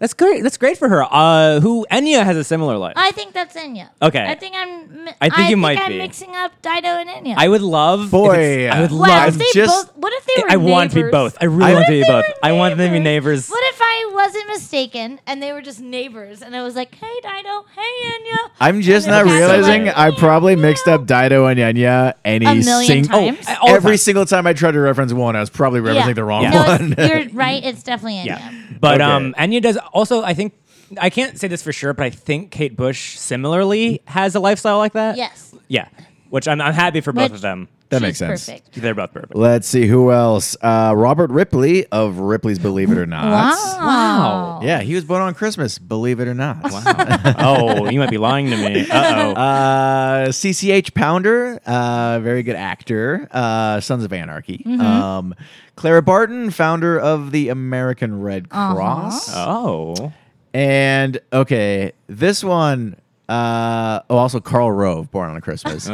That's great. That's great for her. Uh who Enya has a similar life. I think that's Enya. Okay. I think I'm. mi- I think you might I'm be. mixing up Dido and Enya. I would love if Boy. it's- I would wow, love if they just- both, what if they were I want to be neighbors? both. I really I- want to be What both. if they I were want them to be neighbors. What if I wasn't mistaken and they were just neighbors and I was like, hey, Dido, hey, Enya. I'm just And then not the cats are realizing like, I probably "Meow, mixed up Dido and Yanya any A million single. times. I- oh, all the every time. single time I tried to reference one, I was probably referencing the wrong Yeah. no, one. it's- you're right. It's definitely Enya. Yeah. But Okay. um Enya does also I think I can't say this for sure, but I think Kate Bush similarly has a lifestyle like that. Yes. Yeah. Which I'm, I'm happy for both Which- of them. That She's makes sense. Perfect. They're both perfect. Let's see who else. Uh, Robert Ripley of Ripley's Believe It or Not. Wow. Yeah, he was born on Christmas. Believe it or not. oh, you might be lying to me. Uh oh. Uh, CCH Pounder, uh, very good actor, uh, Sons of Anarchy. Mm-hmm. Um, Clara Barton, founder of the American Red Uh-huh. Cross. Oh. And okay, this one. Uh, oh, also Carl Rove, born on Christmas.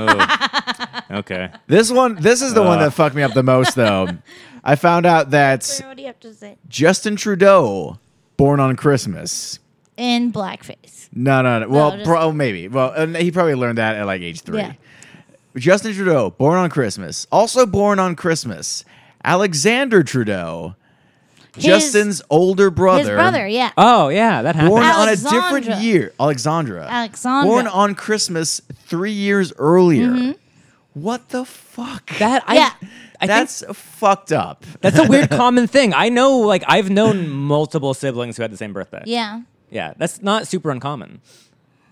Okay. this one, this is the one that fucked me up the most, though. I found out that What do you have to say? Justin Trudeau, born on Christmas. In blackface. No, no, no. Well, just- pro- oh, maybe. Well, and he probably learned that at like age three. Yeah. Justin Trudeau, born on Christmas. Also born on Christmas. Alexander Trudeau, Justin's older brother. His brother, yeah. Oh yeah, that happened. Born on a Alexandra. different year. Alexandra. Alexandra. Born on Christmas three years earlier. Mm-hmm. What the fuck? that I, Yeah. I That's fucked up. think that's a weird common thing. I know like I've known multiple siblings who had the same birthday. yeah. Yeah, that's not super uncommon.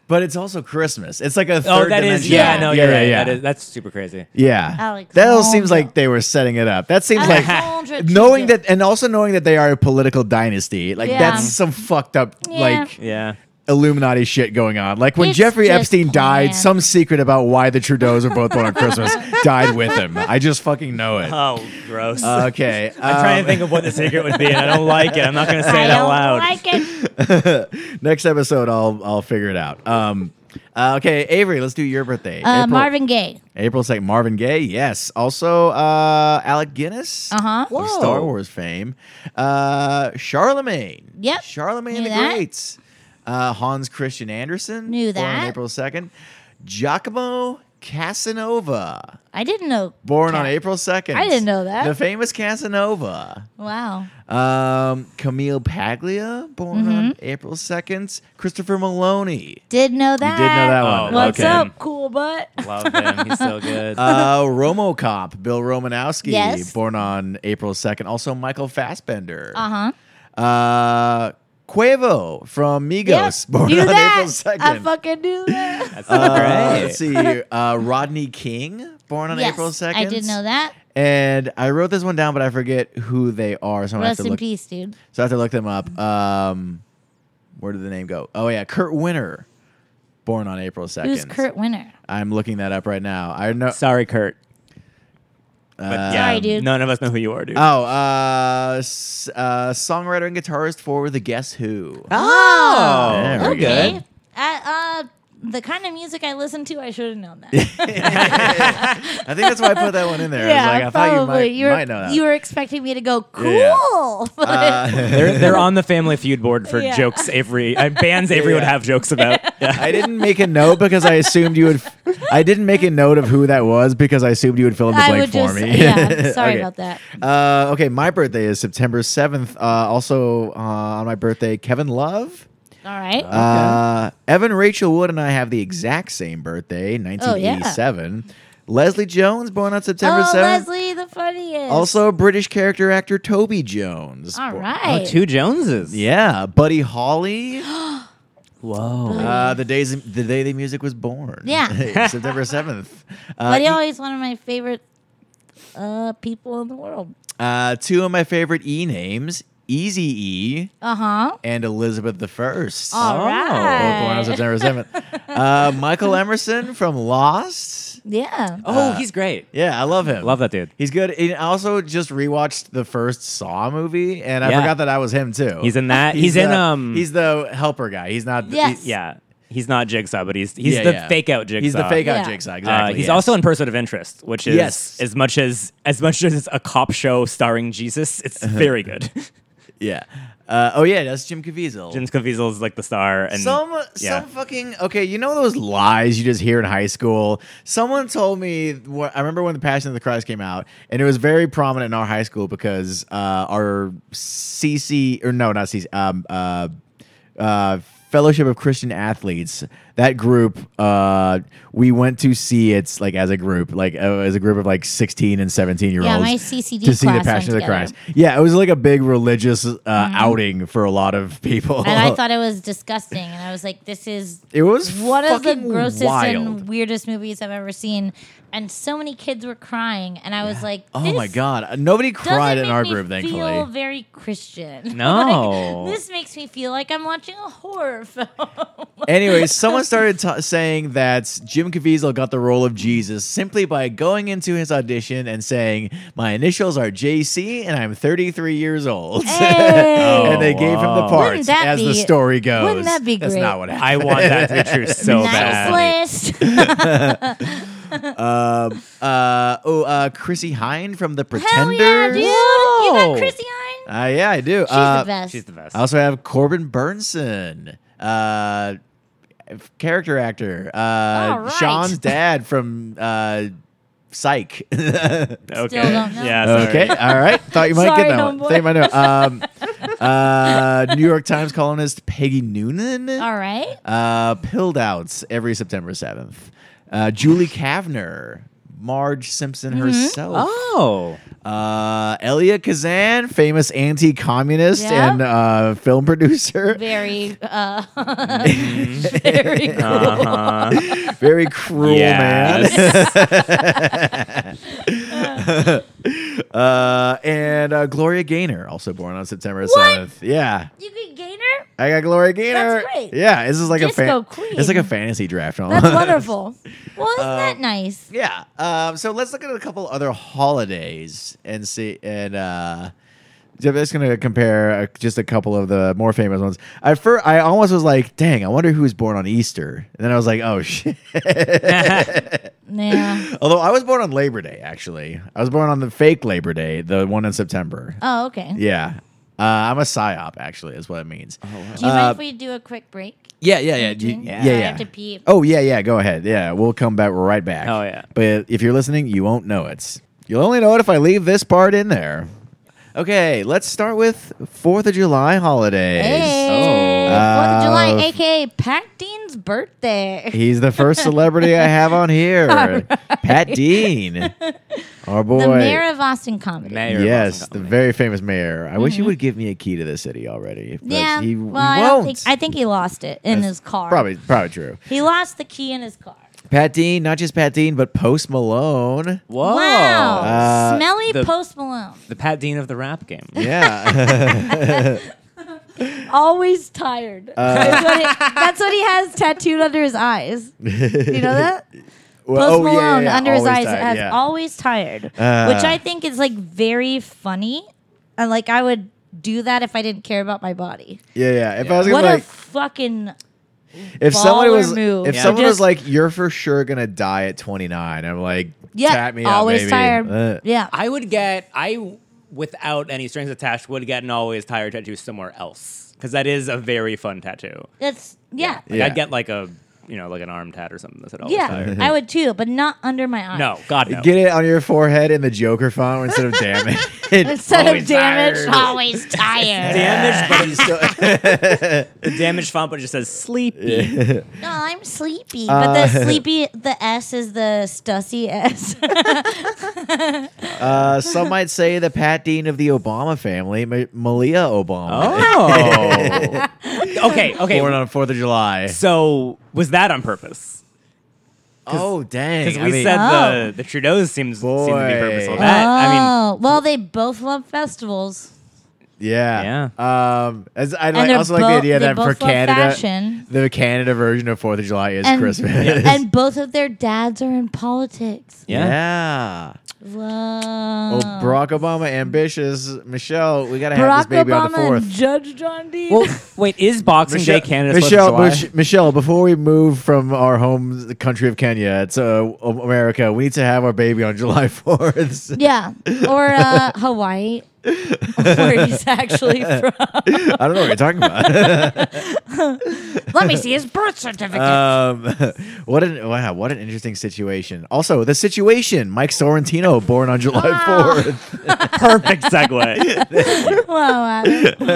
But it's also Christmas. It's like a third oh, that is dimension. yeah, Yeah. no, you're right. That is that's super crazy. Yeah. Alex that all seems Honda. like they were setting it up. That seems like Alexandra knowing Trudeau. that and also knowing that they are a political dynasty. Like Yeah. that's some fucked up Yeah. like Yeah. Illuminati shit going on. Like when It's Jeffrey just Epstein died, planned. some secret about why the Trudeaus are both born on Christmas died with him. I just fucking know it. Oh, gross. Okay. I'm trying um, to think of what the secret would be, and I don't like it. I'm not going to say I it out don't loud. uh, like it. next episode I'll I'll figure it out. Um Uh, okay, Avery, let's do your birthday. Uh, April- Marvin Gaye. April 2nd, Marvin Gaye, yes. Also, uh, Alec Guinness Uh-huh. of Star Wars fame. Uh, Charlemagne. Yep. Charlemagne Knew the that. Great. Uh, Hans Christian Andersen. Knew born on that. April 2nd. Giacomo Casanova, I didn't know. born on Ca- April 2nd. I didn't know that. The famous Casanova. Wow. Um, Camille Paglia, born on Mm-hmm. April 2nd. Christopher Maloney. Did know that. You did know that one. Oh, What's okay. up, cool butt? Love him. He's so good. uh, RomoCop, Bill Romanowski, Yes. born on April 2nd. Also, Michael Fassbender. Uh huh. Uh, Quavo from Migos, born knew on that. April 2nd. I fucking knew that. That's so Uh, great. let's see, uh, Rodney King, born on yes, April 2nd. I did know that. And I wrote this one down, but I forget who they are. So, I'm gonna have Rest to in look, peace, dude. so I have to look them up. Um, where did the name go? Oh, yeah, Kurt Winner, born on April 2nd. Who's Kurt Winner? I'm looking that up right now. I know. Sorry, Kurt. uh, Sorry, dude. None of us know who you are, dude. Oh, uh, s- uh, songwriter and guitarist for The Guess Who. Oh, There we go. okay. I, uh, the kind of music I listen to, I should have known that. I think that's why I put that one in there. I was like, I thought you might, were, might know that. you were expecting me to go cool. Yeah, Uh, yeah. But They're, they're on the family feud board for Yeah. jokes Avery, uh, bands Avery would Yeah. have jokes about. Yeah. I didn't make a note because I assumed you would. F- I didn't make a note of who that was because I assumed you would fill in the I blank would for just. me. Yeah, sorry Okay. about that. Uh, okay, my birthday is September 7th. Uh, also, uh, on my birthday, Kevin Love. All right. Uh, Evan Rachel Wood and I have the exact same Oh, birthday, 1987. Leslie Jones, born on September oh, 7th. Leslie, the funniest. Also, oh, British character actor Toby Jones. all Bo- right. Oh, two Joneses. Yeah, Buddy Holly. Whoa. uh, the days the day the music was born. Yeah. September seventh. but he Uh, always one of my favorite uh, people in the world. uh, two of my favorite E names: Easy E Uh huh. and Elizabeth the First. All Oh, Both born on right. September seventh. uh, Michael Emerson from Lost. Yeah. oh, he's great. Yeah, I love him. Love that dude. He's good. And I also just rewatched the first Saw movie, and I Yeah. forgot that I was him too. He's in that. He's, in the- um. He's the helper guy. He's not. the- Yes. yeah. He's not Jigsaw, but he's he's Yeah, the yeah. fake out Jigsaw. He's the fake out Yeah. Jigsaw. Uh, Exactly. he's yes. also in Pursuit of Interest, which is Yes. as much as as much as it's a cop show starring Jesus. It's Uh-huh. very good. yeah. Uh, oh yeah, that's Jim Caviezel. Jim Caviezel is like the star, and some yeah. some fucking okay. You know those lies you just hear in high school. Someone told me. What, I remember when the Passion of the Christ came out, and it was very prominent in our high school because uh, our CC or no, not CC. Um, uh, uh, Fellowship of Christian Athletes. That group, uh, we went to see it like as a group, like uh, as a group of like sixteen and seventeen year olds. Yeah, my CCD to see class the went Passion of the together. Mm-hmm. Christ. Yeah, it was like a big religious uh, outing for a lot of people. And I thought it was disgusting, and I was like, "This is It was one of the fucking grossest wild. and weirdest movies I've ever seen." And so many kids were crying, and I was like, Oh my "This god! Nobody doesn't cried in make our me group, Feel thankfully. very Christian. No. Like, this makes me feel like I'm watching a horror film. Anyway, someone started ta saying that Jim Caviezel got the role of Jesus simply by going into his audition and saying, "My initials are JC, and I'm 33 years old." Hey! and they gave him the wow. part Wouldn't that as the be- story goes. wouldn't that be That's great? not what happened. I want that to be true so bad. nice list. Um, uh, oh, uh, Chrissy Hine from The Hell Pretenders. yeah, dude! You Whoa. got Chrissy Hine. Uh, yeah, I do. She's Uh, the best. She's the best. I also have Corbin Burnson, uh, f- character actor, uh, right. Sean's dad from uh, Psych. okay. Still don't know. Yeah. Sorry. okay, all right. Thought you might Sorry, get that one. homeboy. Thought you might know. Um, uh, New York Times columnist Peggy Noonan. All right. Uh, pilled outs every September 7th. Uh, Julie Kavner, Marge Simpson Mm-hmm. herself. Oh. Uh, Elia Kazan, famous anti-communist Yeah. and uh, film producer, Very, uh, very cool. Uh-huh. very cruel man. Yes. Uh, and uh, Gloria Gaynor, also born on September seventh. Yeah, You could gain her. I got Gloria Gaynor. That's great. Yeah, this is like Disco a fan- queen. It's like a fantasy draft. almost. That's wonderful. Well, isn't that nice? yeah. Um, so let's look at a couple other holidays and see and uh, So I'm just gonna compare uh, just a couple of the more famous ones. I fir- I almost was like, "Dang, I wonder who was born on Easter," and then I was like, "Oh shit." Yeah. Although I was born on Labor Day, actually, I was born on the fake Labor Day, the one in September. Oh, okay. Yeah, uh, I'm a psyop, actually, is what it means. Oh, wow. Do you mind if we do a quick break? Yeah, yeah, yeah, Gene? yeah, Sorry, yeah. I have to pee. Oh yeah, yeah. Go ahead. Yeah, we'll come back right back. Oh, yeah. But if you're listening, you won't know it. You'll only know it if I leave this part in there. Okay, let's start with Fourth of July holidays. Oh. Hey, Fourth of July, Uh, aka Pat Dean's birthday. He's the first celebrity I have on here, Pat Dean, our boy. The mayor of Austin comedy. Mayor of yes, Boston the Company. very famous mayor. I wish he would give me a key to the city already. But Mm-hmm. yeah. he well, won't. I, don't think, I think he lost it in his car. probably, probably true. He lost the key in his car. Pat Dean, not just Pat Dean, but Post Malone. Whoa. Wow. Oh. Uh, Smelly the- Post Malone. The Pat Dean of the rap game. Yeah. Always tired. Uh, that's, what he, that's what he has tattooed under his eyes. Do you know that? Well, Post oh, yeah, yeah, Malone yeah, under his always eyes tired, has yeah. always tired, Uh. which I think is like very funny. And like I would do that if I didn't care about my body. Yeah, yeah. If I was What gonna a like, fucking if someone baller was, move. if Yeah. someone was Just- like, "You're for sure gonna die at 29," I'm like, yeah, tap me up, always baby." tired. Uh, yeah, I would get I without any strings attached would get an always tired tattoo somewhere else because that is a very fun tattoo. that's yeah, Like Yeah. I'd get like a you know like an arm tat or something that said always yeah. tired. I would too, but not under my eyes. No, God no. Get it on your forehead in the Joker font instead of damn it. Instead Always of damaged, tired. always tired. Damaged, but it's still damaged font, but it just says sleepy. No, oh, I'm sleepy. but the sleepy, the S is the stussy S. Uh, some might say the Pat Dean of the Obama family, Ma- Malia Obama, Oh, okay, okay. born on Fourth of July. so was that on purpose? Oh dang! Because I we mean, said Oh. the the Trudeau's seems seems to Boy. be purposeful. That I mean, oh, well, they both love festivals. yeah, yeah. Um, as I And like, they're also like bo- the idea they that for both love Canada, fashion. the Canada version of Fourth of July is And, Christmas. and both of their dads are in politics. yeah. yeah. Whoa. Well, Oh, Barack Obama, ambitious Michelle, we gotta Uh. Barack have this baby Obama on the fourth. and Judge John Dean. Well, wait, is Boxing Michelle, Day Canada's Michelle, Fourth of July? Mich- Michelle, before we move from our home, the country of Kenya, to uh, America, we need to have our baby on July fourth. yeah, or uh, Hawaii, where he's actually from. I don't know what you're talking about. Let me see his birth certificate. um, what an wow, what an interesting situation. Also, the situation: Mike Sorrentino, born on July fourth. Perfect segue. wow, Adam.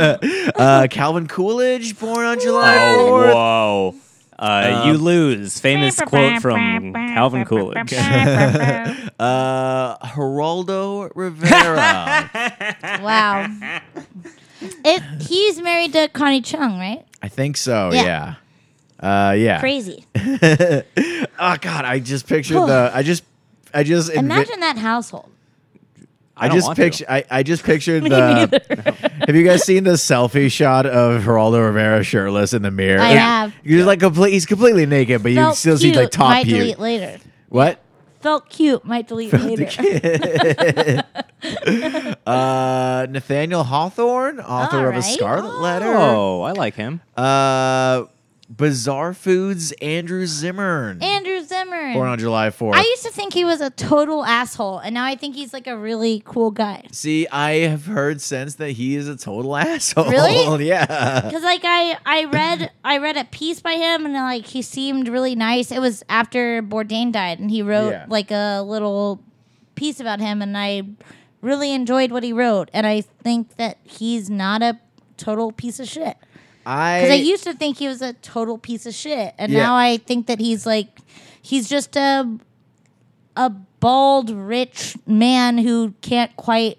Uh, Calvin Coolidge, born on July oh, fourth. Um, whoa. Uh, you lose. Famous quote from Calvin Coolidge. Uh, Geraldo Rivera. wow. It, he's married to Connie Chung, right? I think so. Yeah. Yeah. Uh, yeah. Crazy. Oh God, I just pictured the. I just, I just. invi- Imagine that household. I, don't just want to. picture. I, I just pictured Me the. neither. Have you guys seen the selfie shot of Geraldo Rivera shirtless in the mirror? I Like, have. He's like complete. He's completely naked, but you Felt still see cute, like top might view. delete later. What? Felt cute, might delete later. Uh, Nathaniel Hawthorne, author of a Alright. Scarlet Letter. Oh, I like him. Uh, Bizarre Foods, Andrew Zimmern, Andrew Zimmern. born on July fourth. I used to think he was a total asshole, and now I think he's like a really cool guy. See, I have heard since that he is a total asshole. Really? yeah. Cause like I, I read I read a piece by him and like he seemed really nice. It was after Bourdain died and he wrote Yeah. like a little piece about him and I really enjoyed what he wrote and I think that he's not a total piece of shit. I, Because I used to think he was a total piece of shit, and Yeah. now I think that he's like, he's just a a bald rich man who can't quite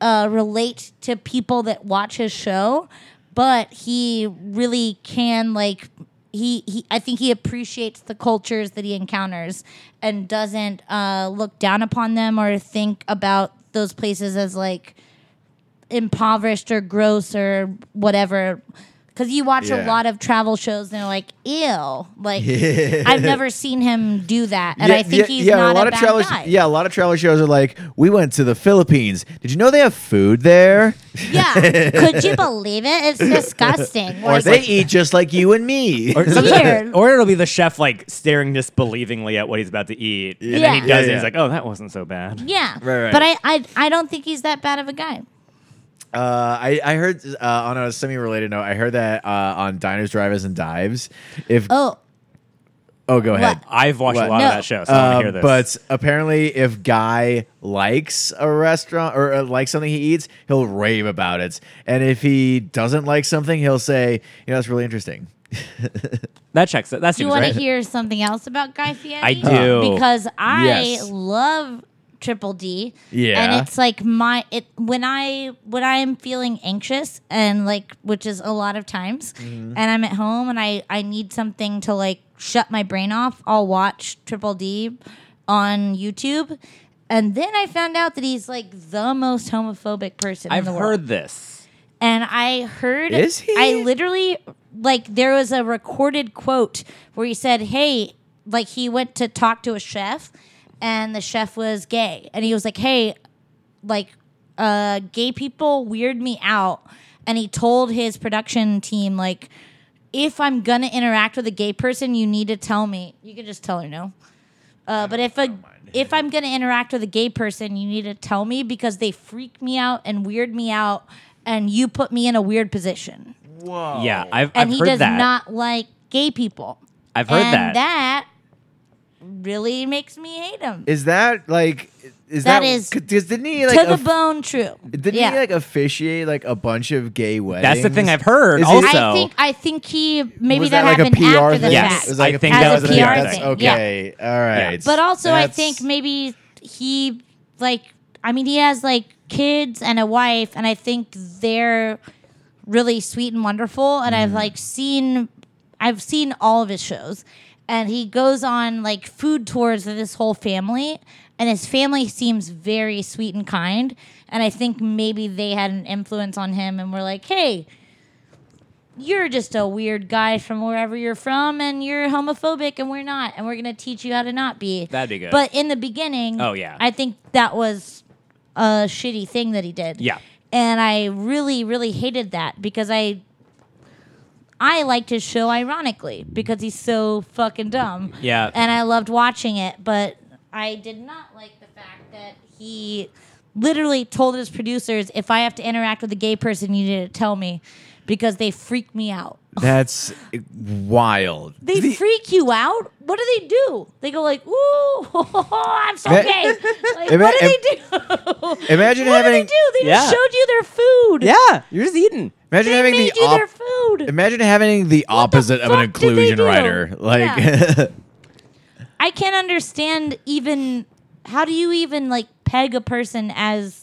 uh, relate to people that watch his show, but he really can like. He, he, I think he appreciates the cultures that he encounters and doesn't uh, look down upon them or think about those places as like impoverished or gross or whatever. 'Cause because you watch a Yeah. lot of travel shows and they're like, ew, like I've never seen him do that, and I think he's not a, bad travel, guy. Yeah, a lot of travel shows are like, we went to the Philippines. Did you know they have food there? yeah. Could you believe it? It's disgusting. Or Like, they eat just like you and me. Or, sometimes- Weird. or it'll be the chef like staring disbelievingly at what he's about to eat, and then Yeah. he does Yeah, it. yeah. He's like, "Oh, that wasn't so bad." yeah, Right, right. but I, I I don't think he's that bad of a guy. Uh, I, I heard uh, on a semi-related note, I heard that uh, on Diners, Drivers, and Dives, if oh, Oh, go ahead, I've watched What? a lot No. of that show, so I want Um, to hear this. but apparently, if guy likes a restaurant or uh, likes something he eats, he'll rave about it, and if he doesn't like something, he'll say, "You know, that's really interesting." that checks. It. That do you seems want right. to hear something else about Guy Fieri? I do. because I Yes. love Triple D. Yeah. and it's like my it when I when I'm feeling anxious and like which is a lot of times, and I'm at home and I I need something to like shut my brain off. I'll watch Triple D on YouTube. And then I found out that he's like the most homophobic person in I've the world heard this. and I heard Is he? I literally like there was a recorded quote where he said, "Hey, like he went to talk to a chef and the chef was gay and he was like, "Hey, like uh gay people weird me out." And he told his production team like if I'm gonna interact with a gay person, you need to tell me. You can just tell her no. Uh, but if a if I'm gonna interact with a gay person, you need to tell me because they freak me out and weird me out, and you put me in a weird position. Whoa! Yeah, I've, And I've he heard does that. not like gay people. I've heard and that. that really makes me hate him. Is that like? Is that, That is- 'cause didn't he like to the aff- bone true. didn't yeah. he like officiate like a bunch of gay weddings? That's the thing I've Is heard. it- also, I think I think he maybe Was that, that, like, a happened PR after the thing? Yes. fact. Was that, like, I think As that a was a PR PR thing. thing. yeah. Okay, all right. But also, I That's- think maybe he like I mean he has like kids and a wife, and I think they're really sweet and wonderful. And Mm-hmm. I've like seen I've seen all of his shows, and he goes on like food tours with his whole family, and his family seems very sweet and kind. And I think maybe they had an influence on him, and were like, hey. You're just a weird guy from wherever you're from, and you're homophobic, and we're not, and we're gonna teach you how to not be. That'd be good. But in the beginning, Oh, yeah. I think that was a shitty thing that he did. Yeah. and I really, really hated that because I I liked his show ironically because he's so fucking dumb. Yeah. And I loved watching it, but I did not like the fact that he literally told his producers if I have to interact with a gay person, you need to tell me because they freak me out. that's wild. They freak you out? What do they do? They go like, "Ooh, I'm so Ima- gay." Like, ima- what do they do? Imagine what do they having- do? They Yeah. just showed you their food. yeah, you're just eating. Imagine They having made the you op- their food. imagine having the opposite of an fuck did they inclusion do? writer. Like, I can't understand even how do you even like peg a person as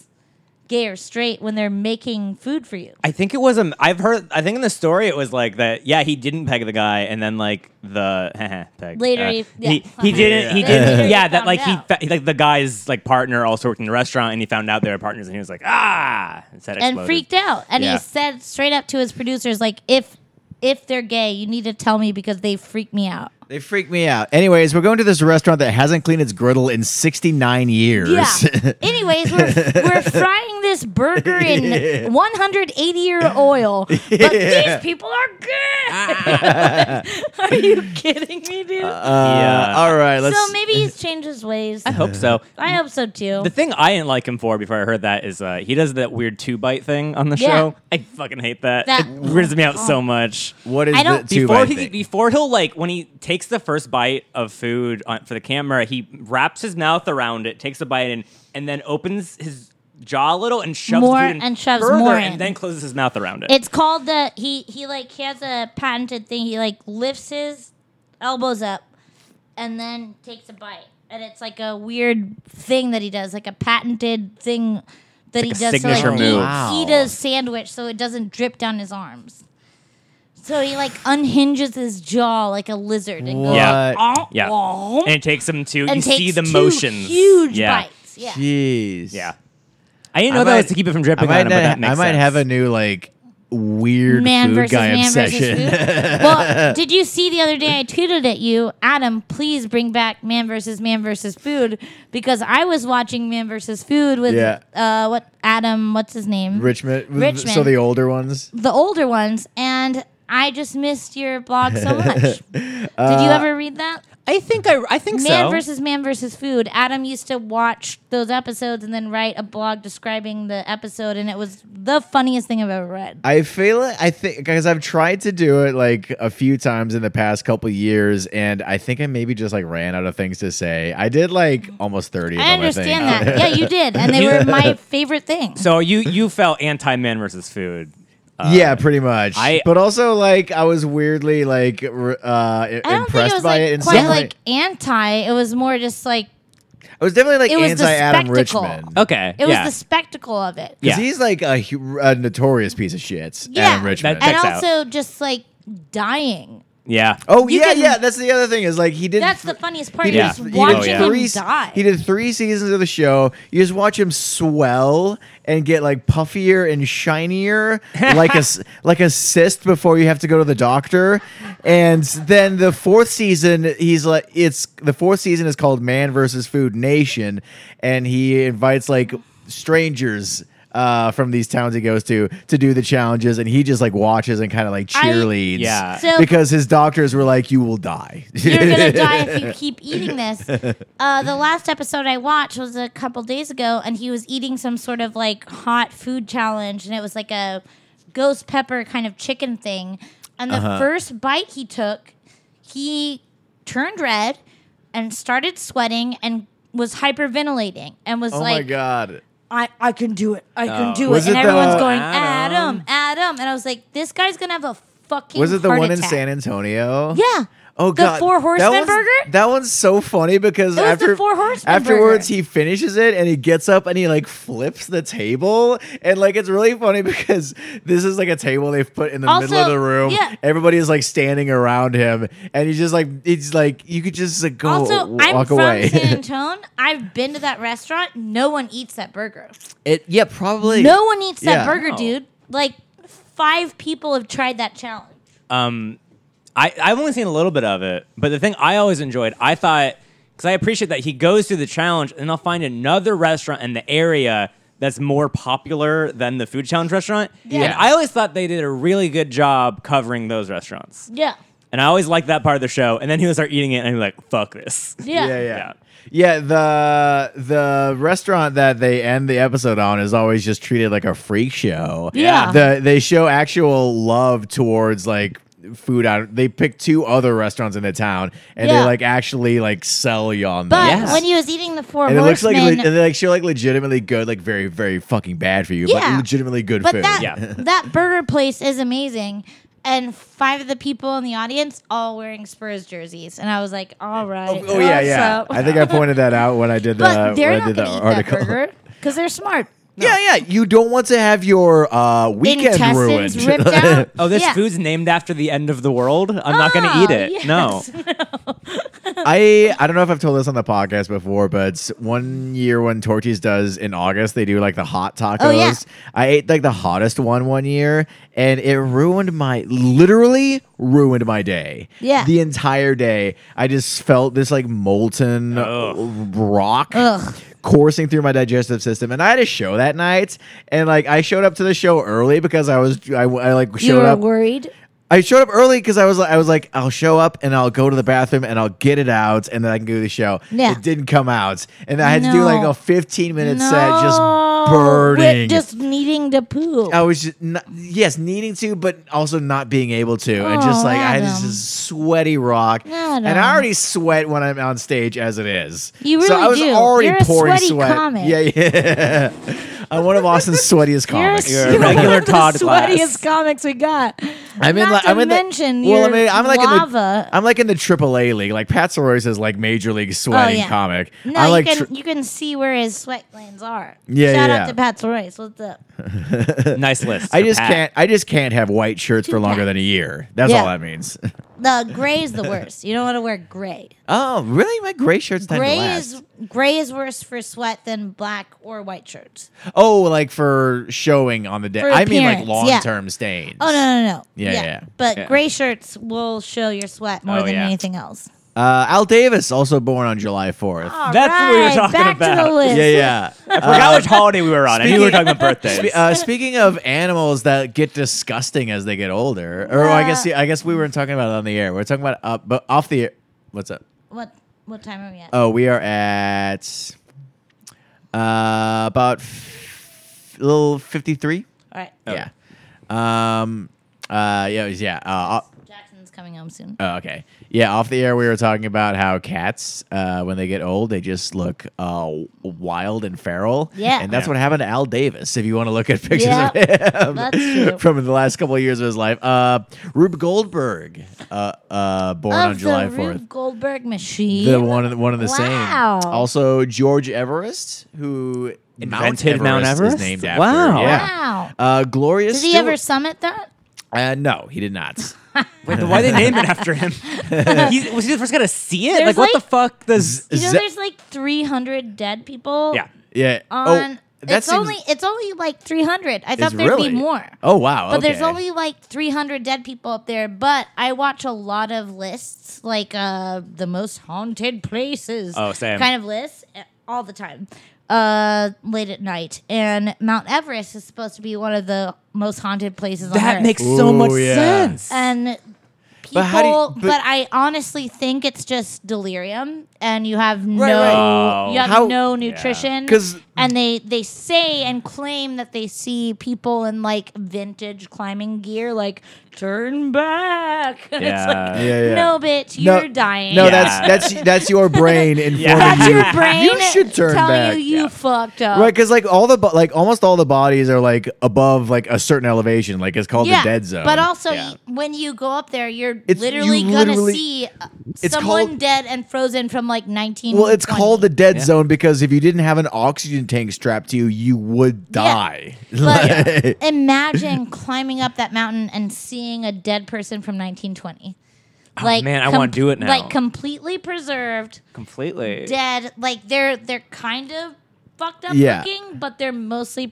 gay or straight when they're making food for you? I think it was a. I've heard. I think in the story it was like that. Yeah, he didn't peg the guy, and then like the peg. Later, uh, he- yeah. he he didn't. He Then later didn't. he Yeah, that found like he out. fa- like the guy's like partner also worked in the restaurant, and he found out they were partners, and he was like ah, and said And exploded. freaked out. And Yeah. he said straight up to his producers, like, if if they're gay, you need to tell me because they freak me out. they freak me out. Anyways, we're going to this restaurant that hasn't cleaned its griddle in 69 years. Yeah. Anyways, we're, we're frying this burger in 180 year oil, but these people are good. are you kidding me, dude? Ah. Uh, All right, let's. so maybe he's changed his ways. I hope so. I hope so too. The thing I didn't like him for before I heard that is uh, he does that weird two bite thing on the Yeah. show. I fucking hate that. That- Oh. It weirds me out so much. what is I don't- the two before by he thing? before he'll like when he takes the first bite of food on, for the camera, he wraps his mouth around it, takes a bite in, and then opens his jaw a little and shoves More food in and shoves further more in. and then closes his mouth around it. It's called the he he like he has a patented thing. He like lifts his elbows up and then takes a bite. And it's like a weird thing that he does, like a patented thing that he Like a does. to, signature like, move. Eat, Wow. eat a sandwich so it doesn't drip down his arms. So he like unhinges his jaw like a lizard and goes Yeah. "Om, yeah, om," and it takes him to and you takes see the two motions. huge yeah. bites. Yeah. Jeez. Yeah, I didn't know that was to keep it from dripping I might on him, but not- that makes I might sense. have a new like weird man food versus guy man obsession. versus food. well, did you see the other day I tweeted at you, Adam, please bring back man versus man versus food because I was watching man versus food with Yeah. uh what Adam, what's his name? Richmond, Richmond. So the older ones. the older ones and I just missed your blog so much. Did Uh, you ever read that? I think I I think Man so. versus Man versus Food. Adam used to watch those episodes and then write a blog describing the episode, and it was the funniest thing I've ever read. I feel it. I think because I've tried to do it like a few times in the past couple years, and I think I maybe just like ran out of things to say. I did like almost thirty. of I them, understand I think. that. Yeah, you did, and they were my favorite thing. so you you felt anti man versus food. yeah, pretty much. I- but also like I was weirdly like r- uh, I don't think it impressed was by like it. in quite some way. like anti. It was more just like I was definitely like it was the anti Adam spectacle. Richmond. Okay. it yeah. was the spectacle of it. Oh, Yeah. Because he's like a, hu- a notorious piece of shit. Yeah. Adam Richmond. That- and Checks out. also just like dying. yeah. oh you yeah, can- yeah. That's the other thing is like he did. That's the funniest part. He Yeah. Just did, watching he did Oh, him three, die. He did three seasons of the show. You just watch him swell and get like puffier and shinier, like a s- like a cyst before you have to go to the doctor. And then the fourth season, he's like, it's the fourth season is called Man versus Food Nation, and he invites like strangers. Uh, from these towns he goes to to do the challenges, and he just like watches and kind of like I- cheerleads, Yeah. So- because his doctors were like, "You will die." You're gonna die if you keep eating this. Uh, the last episode I watched was a couple days ago, and he was eating some sort of like hot food challenge, and it was like a ghost pepper kind of chicken thing. And the first bite he took, he turned red and started sweating and was hyperventilating and was oh my like, god! I, I can do it. I can do Was it. And it everyone's the- going, Adam. Adam, Adam. And I was like, this guy's going to have a fucking Was it the heart one in attack. San Antonio? Yeah. Oh The god. Four Horsemen that one's- burger? That one's so funny because It was after the Four Horsemen afterwards burger. he finishes it and he gets up and he like flips the table and like it's really funny because this is like a table they've put in the middle of Also, the room. yeah. Everybody is like standing around him and he's just like he's like you could just like, go Also, Oh, walk I'm from away. San Antonio. I've been to that restaurant. No one eats that burger. it yeah, probably. No one eats that Yeah. burger, No. dude. Like five people have tried that challenge. um, I, I've only seen a little bit of it, but the thing I always enjoyed, I thought, because I appreciate that he goes through the challenge and they'll find another restaurant in the area that's more popular than the food challenge restaurant. Yeah. And I always thought they did a really good job covering those restaurants. Yeah. And I always liked that part of the show. And then he would start eating it and he'd be like, fuck this. Yeah. yeah, yeah. Yeah, the the restaurant that they end the episode on is always just treated like a freak show. Yeah. The they show actual love towards like food out they pick two other restaurants in the town and they Yeah. like actually like sell you on But them. Yes. when he was eating the four And it looks like horsemen, le- and they like show like legitimately good, like very, very fucking bad for you, but Yeah. legitimately good but food. that Yeah. that burger place is amazing. And five of the people in the audience all wearing Spurs jerseys, and I was like, "All right, Oh, oh, yeah, yeah. also- I think I pointed that out when I did the but when they're I not did going the to eat article. that burger because they're smart. Yeah, yeah. You don't want to have your uh, weekend Intestines ruined. ripped out. Oh, this Yeah. food's named after the end of the world. I'm not going to eat Oh, it. yes. No. I I don't know if I've told this on the podcast before, but s- one year when Torchies does in August, they do like the hot tacos. Oh, yeah. I ate like the hottest one one year, and it ruined my literally ruined my day. Yeah. the entire day, I just felt this like molten rock Ugh. coursing through my digestive system, and I had a show that night, and like I showed up to the show early because I was I, I like showed You were up. worried. I showed up early because I was I was like I'll show up and I'll go to the bathroom and I'll get it out and then I can do the show. Yeah. It didn't come out and I had to do No. like a 15 minute set just No. burning. Oh, With just needing to poo. I was just not, yes needing to but also not being able to and just Oh, like I had Adam. this sweaty rock Adam. and I already sweat when I'm on stage as it is. You so I really was do. already You're a pouring sweaty sweat. comic. Yeah, yeah. I'm one of Austin's sweatiest comics. You're a one regular of the Todd sweatiest class. comics we got. I'm in. Not Like, to I'm in mention the. Well, I your mean, I'm like in the. lava. Oh, I'm like in the AAA league. Like Pat Sorois is like major league sweating yeah. comic. No, I like. you can tr- you can see where his sweat glands are. Yeah, Shout yeah, yeah. out to Pat Royce. What's up? nice list. I just Pat. can't. I just can't have white shirts for longer Pat. than a year. That's Yeah. all that means. The gray is the worst. You don't want to wear gray. Oh, really? My gray shirt's tend to Gray last. is gray is worse for sweat than black or white shirts. Oh, like for showing on the day. For I mean, like appearance, yeah. long term stains. Oh no no no. Yeah, yeah. But Yeah. gray shirts will show your sweat more Oh, than yeah. anything else. Uh, Al Davis also born on July fourth. All That's what we were talking back To the about. list. Yeah, yeah. I forgot which holiday we were on. I knew we were talking about birthdays. Uh, speaking of animals that get disgusting as they get older, or I guess I guess we weren't talking about it on the air. We're talking about up, but off the air. What's up? What what time are we at? Oh, we are at uh, about f- little fifty three. All right. Yeah. Um. Uh. Yeah. it was- Yeah. Uh, o- Jackson's coming home soon. oh, okay. Yeah. Off the air, we were talking about how cats, uh, when they get old, they just look uh, wild and feral. Yeah. And that's what happened to Al Davis. If you want to look at pictures Yeah, of him that's true. from the last couple of years of his life, uh, Rube Goldberg, uh, uh, born of on July the fourth. Rube Goldberg machine. The one, and- one of the Wow. same. Also, George Everest, who Invented Mount Everest? is named after. Wow. Yeah. Wow. Uh, Gloria. Did he Stewart- ever summit that? Uh, no, he did not. Wait, but why they name it after him? He's, was he the first guy to see it? There's like, what the like- fuck does? You know, Ze- there's like 300 dead people. Yeah. yeah. Oh, On that it's seems- only it's only like 300. I is thought there'd really- be more. Oh wow! But there's okay. only like 300 dead people up there. But I watch a lot of lists, like uh, the most haunted places. Oh, same. Kind of lists uh, all the time, uh, late at night. And Mount Everest is supposed to be one of the most haunted places on That earth. makes so Ooh, much yeah. sense. and people But but, how do you- but- i honestly think it's just delirium and you have no right. you have How- no nutrition 'Cause- and they they say and claim that they see people in like vintage climbing gear like turn back and it's like Yeah, yeah. no bitch No- you're dying No, Yeah. that's that's that's your brain informing that's you. your brain You should turn telling back. you you Yeah. fucked up Right, because like all the bo- like almost all the bodies are like above like a certain elevation, like it's called the dead zone. But also, Yeah. y- when you go up there, you're It's- literally you gonna literally- see uh, It's someone called- dead and frozen from like 19. well, it's called the dead Yeah. zone because if you didn't have an oxygen tank strapped to you, you would die. But imagine climbing up that mountain and seeing a dead person from 1920. Like Oh, man, I wanna do it now. Like completely preserved, Completely. dead. Like they're they're kind of fucked up Yeah. looking, but they're mostly A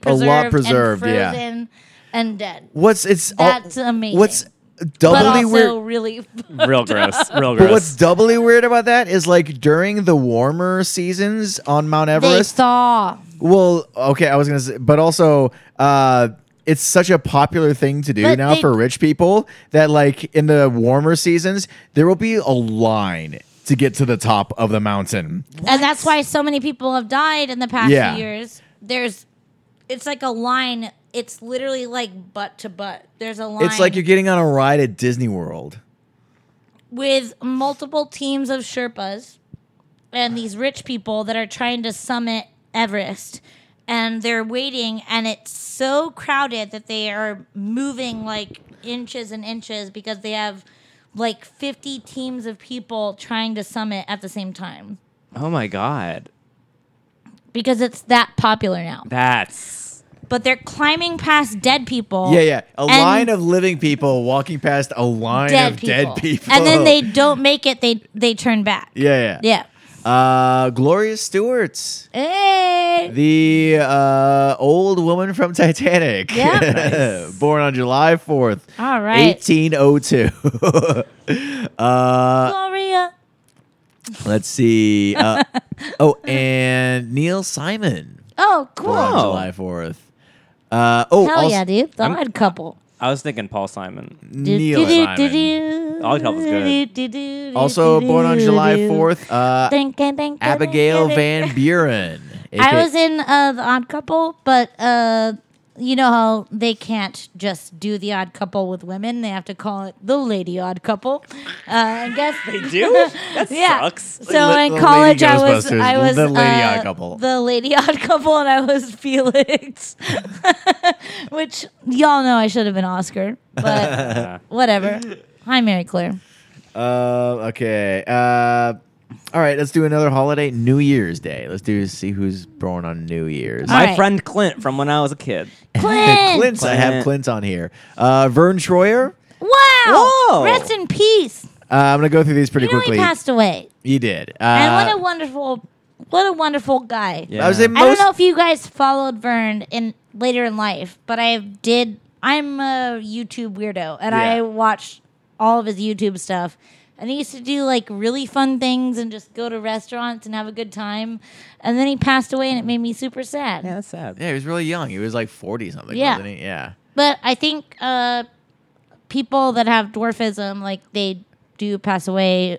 preserved, lot preserved, and yeah. frozen and dead. What's it's all- That's amazing. What's But doubly also weird? really Real gross. Real gross. But what's doubly weird about that is like during the warmer seasons on Mount they Everest. thaw. well, okay, I was gonna say, but also, uh, it's such a popular thing to do But now they- for rich people that like in the warmer seasons there will be a line to get to the top of the mountain. And that's why so many people have died in the past Yeah. few years. There's, it's like a line. It's literally like butt to butt. There's a line. It's like you're getting on a ride at Disney World. with multiple teams of Sherpas and these rich people that are trying to summit Everest. And they're waiting, and it's so crowded that they are moving like inches and inches because they have like 50 teams of people trying to summit at the same time oh my god. because it's that popular now. That's. but they're climbing past dead people. Yeah, yeah, a and line of living people walking past a line dead of people. dead people, And then they don't make it. They they turn back. yeah, yeah, Yeah. Uh, Gloria Stewart's Hey. The uh, old woman from Titanic. Yeah. Born on July oh 4th. All right. 1802. uh, Gloria. let's see. Uh, oh, and Neil Simon. Oh, cool. Born on Wow. July 4th. Uh, oh, Hell also- yeah, dude. The I'm- odd couple. I was thinking Paul Simon. Neil Simon. do, Odd Couple's good. do, Also do, born on do, July do. 4th. Uh, Think, think, think, Abigail think, Van Buren. I aka was in uh, the Odd Couple, but uh, you know how they can't just do the Odd Couple with women; they have to call it the Lady Odd Couple. Uh, I guess they do? That sucks. So Li- in Lady college, I was Ghostbusters, I was the Lady uh, Odd Couple. the Lady Odd Couple, and I was Felix, which y'all know I should have been Oscar, but whatever. Hi, Mary Claire. Uh, okay. Uh, all right. Let's do another holiday. New Year's Day. Let's do see who's born on New Year's. My right. friend Clint from when I was a kid. Clint. Clint. I have Clint on here. Uh, Vern Troyer. Wow. Whoa. Rest in peace. Uh, I'm gonna go through these pretty You know quickly. he passed away, He did. Uh, and what a wonderful, what a wonderful guy. Yeah. I would say I don't most. know if you guys followed Vern in later in life, but I did. I'm a YouTube weirdo, and Yeah. I watched all of his YouTube stuff. And he used to do like really fun things and just go to restaurants and have a good time. And then he passed away, and it made me super sad. Yeah, that's sad. Yeah, he was really young. He was like 40 something, Yeah. wasn't he? Yeah. But I think uh, people that have dwarfism, like they do pass away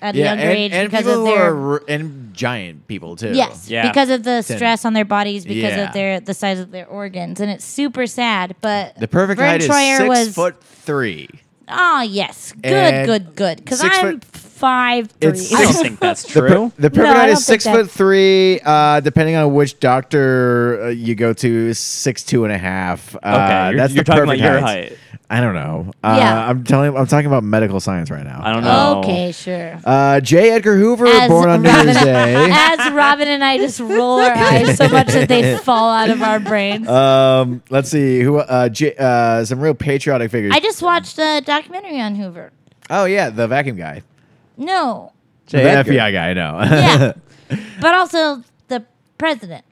at a Yeah, younger and, age and because people of who their are r- and giant people too. Yes, Yeah. because of the stress on their bodies, because Yeah. of their the size of their organs, and it's super sad. But The perfect Vern height Troyer is six was, foot three. Oh yes, good, And good, good. Because six I'm foot- five three. It's I six- don't think that's The, per- true. the perfect I height don't is six think foot three. Uh, depending on which doctor uh, you go to, is six two and a half. Uh, Okay, you're- that's you're the talking perfect about your height. height. I don't know. Uh, Yeah. I'm telling. I'm talking about medical science right now. I don't know. okay, sure. Uh, J. Edgar Hoover, born on New Year's Day. as Robin and I just roll our eyes so much that they fall out of our brains. Um, let's see who. Uh, J- uh, some real patriotic figures. I just watched a documentary on Hoover. oh yeah, the vacuum guy, No, the FBI guy. I know. yeah, but also the president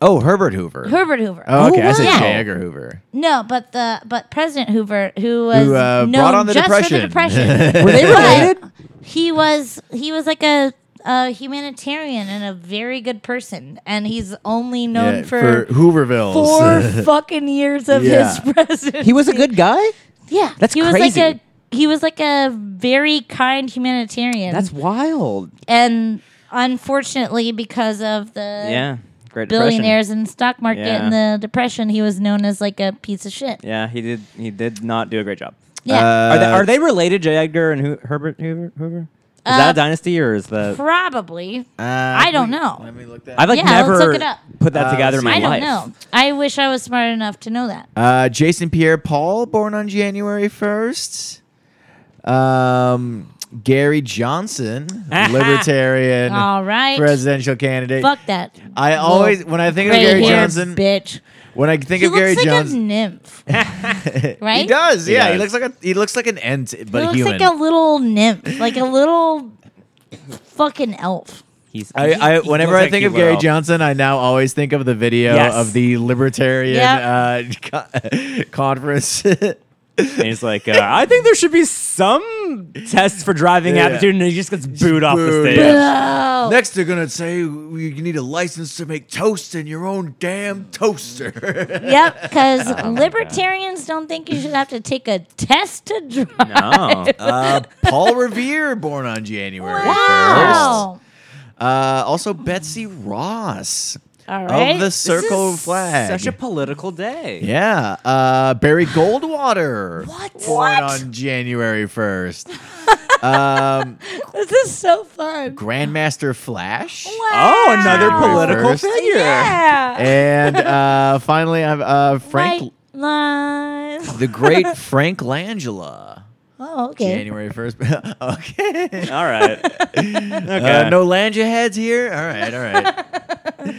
oh, Herbert Hoover. Herbert Hoover. Oh, okay, I said Yeah. J. Edgar Hoover. No, but the but President Hoover, who was Who, uh, known brought on the just for the Depression. depression, Were they related? but he was he was like a, a humanitarian and a very good person, and he's only known Yeah, for, Hoovervilles. four fucking years of Yeah. his presidency. He was a good guy. yeah. That's he was crazy. like a he was like a very kind humanitarian. That's wild. and unfortunately because of the Yeah, great billionaires and stock market Yeah. and the depression, he was known as like a piece of shit. Yeah, he did. He did not do a great job. Yeah. are, they, Uh, are they related, J. Edgar and Ho- Herbert Hoover? Hoover? Is that Uh, a dynasty or is that? Probably. Uh, I don't know. Let me look that. I've like Yeah, let's never look it up. put that Uh, together in my I don't life. know. I wish I was smart enough to know that. Uh, Jason Pierre-Paul, born on January first. Um, Gary Johnson, libertarian, All right. presidential candidate. Fuck that. I little always when I think of gray Gary hair Johnson, bitch. when I think He of looks Gary like a Johnson, nymph, right? he does. He yeah, he does. looks like a he looks like an ent, He but looks human. like a little nymph, like a little fucking elf. He's. I, I, he whenever looks I like think he of Gary will. Johnson, I now always think of the video Yes. of the libertarian uh, co- conference. Oh. And he's like, uh, I think there should be some tests for driving Yeah. aptitude, and he just gets booed off the booed, stage. yeah. Oh, Next, they're gonna say we need a license to make toast in your own damn toaster. yep. Because Oh libertarians don't think you should have to take a test to drive. No. uh, Paul Revere, born on January first. Wow. Uh, also, Betsy Ross All of right. the Circle Flag. Such a political day. yeah, uh, Barry Goldwater. What? Born What? on January first. um, This is so fun. Grandmaster Flash. Oh, another Wow. political First. figure. Yeah. And uh, finally, I've uh, Frank, White lies. the great Frank Langella. Oh, okay. January first. okay. All right. okay. Uh, no Lanja heads here. All right, all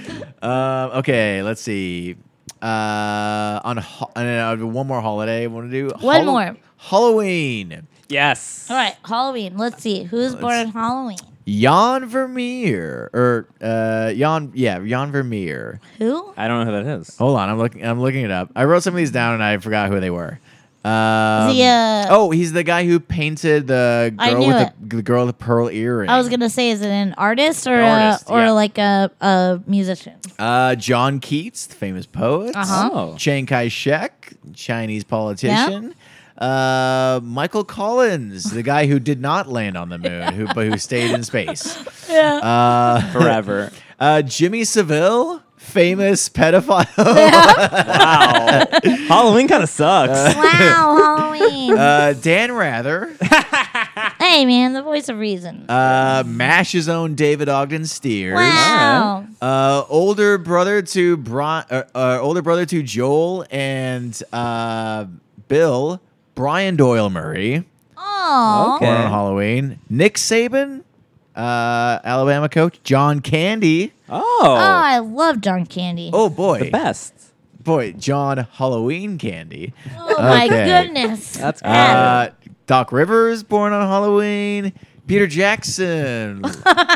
right. um, okay, let's see. Uh, on ho- uh, no, no, one more holiday, I want to do One more. Halloween. Yes. All right, Halloween. Let's see who's born on Halloween. Jan Vermeer or uh, Jan, yeah, Jan Vermeer. Who? I don't know who that is. Hold on, I'm looking. I'm looking it up. I wrote some of these down and I forgot who they were. Um, he, uh, oh, he's the guy who painted the I girl knew with the, the girl with the pearl earring. I was gonna say, is it an artist or Artist, a, or yeah. like a, a musician? Uh, John Keats, the famous poet. Uh-huh. Oh. Chiang Kai shek, Chinese politician. Uh, Michael Collins, the guy who did not land on the moon, who, but who stayed in space. Yeah. Uh, Forever. uh, Jimmy Seville, famous pedophile. wow. Halloween kind of sucks. wow, Halloween. Uh, Dan Rather. hey, man, the voice of reason. Uh, Mash's own David Ogden Steers. wow. Uh, older brother to Brian, uh, uh, older brother to Joel and uh, Bill, Brian Doyle Murray. Oh. Okay. born on Halloween. Nick Saban, uh, Alabama coach. John Candy. Oh, Oh. I love John Candy. Oh, Oh boy, the best. boy, John Halloween Candy. Oh my okay. goodness. That's Yeah. great. Uh, Doc Rivers, born on Halloween. Peter Jackson,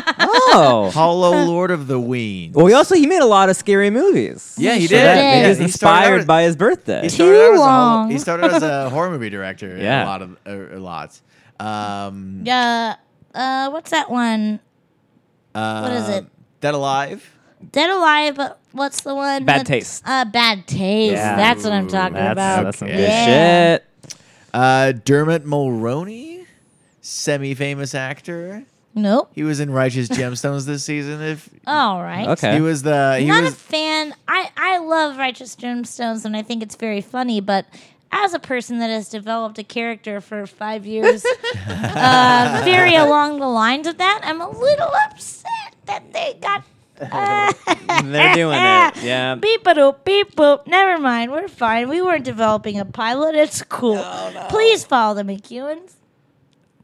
Oh. Hollow Lord of the Ween. Well, he also he made a lot of scary movies. Yeah, he So did. that- He He did. was He started inspired out- by his birthday. He started, out as a hol- long. he started as a horror movie director. Yeah. a lot of a, a lot. Um, Yeah. Uh, what's that one? what is it? uh, Dead Alive. Dead Alive, but what's the one? Bad with- Taste. Uh, bad taste. Yeah. That's what I'm talking That's, about. that's some Okay. good Yeah. shit. Uh, Dermot Mulroney, semi-famous actor. Nope. He was in Righteous Gemstones this season. If All right. Okay. he was the he Not was a fan. I I love Righteous Gemstones, and I think it's very funny, but. As a person that has developed a character for five years, uh, very along the lines of that, I'm a little upset that they got. uh, They're doing it. Yeah. Beep a doop, beep boop. Never mind, we're fine. We weren't developing a pilot. It's cool. Please follow the McEwens.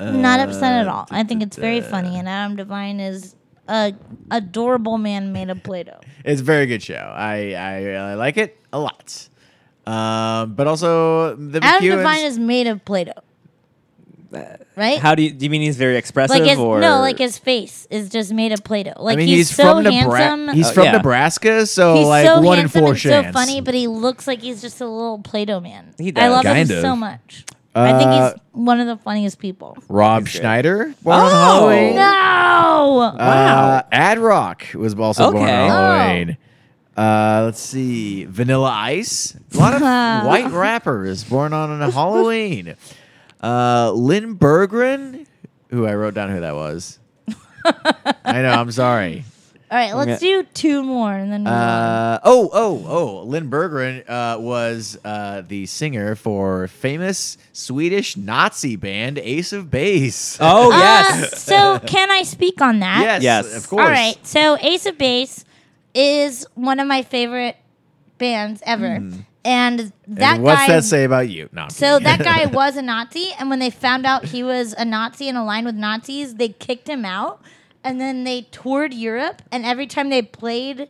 Not upset Uh, at all. I think it's very funny, and Adam Devine is a adorable man made of Play-Doh. It's a very good show. I I, I like it a lot. Um, but also the Adam McEwens- Devine is made of Play-Doh, Uh, right? How do you do you mean he's very expressive like his or no, like his face is just made of Play-Doh. Like I mean, he's, he's, so from handsome. Nebraska. He's Oh, from yeah. Nebraska, so He's like so one in handsome four and chance. so funny, but he looks like he's just a little Play-Doh man. He I does. love Kind him of. so much. I think Uh, he's one of the funniest people. Rob Schneider, born on Oh! Halloween. No. Uh, Ad Rock was also born on Okay. Oh. Halloween. Uh, let's see, Vanilla Ice. A lot of white rappers born on a Halloween. Uh, Lynn Bergren, who I wrote down who that was. I know. I'm sorry. All right, let's do two more and then. move on. Uh, oh, oh, oh! Lynn Berggren uh, was uh, the singer for famous Swedish Nazi band Ace of Base. Oh Uh, yes. so can I speak on that? yes, yes. of course. All right. So Ace of Base is one of my favorite bands ever, and that Hmm. and what's guy. that say about you? No, I'm so kidding. that guy was a Nazi, and when they found out he was a Nazi and aligned with Nazis, they kicked him out. And then they toured Europe, and every time they played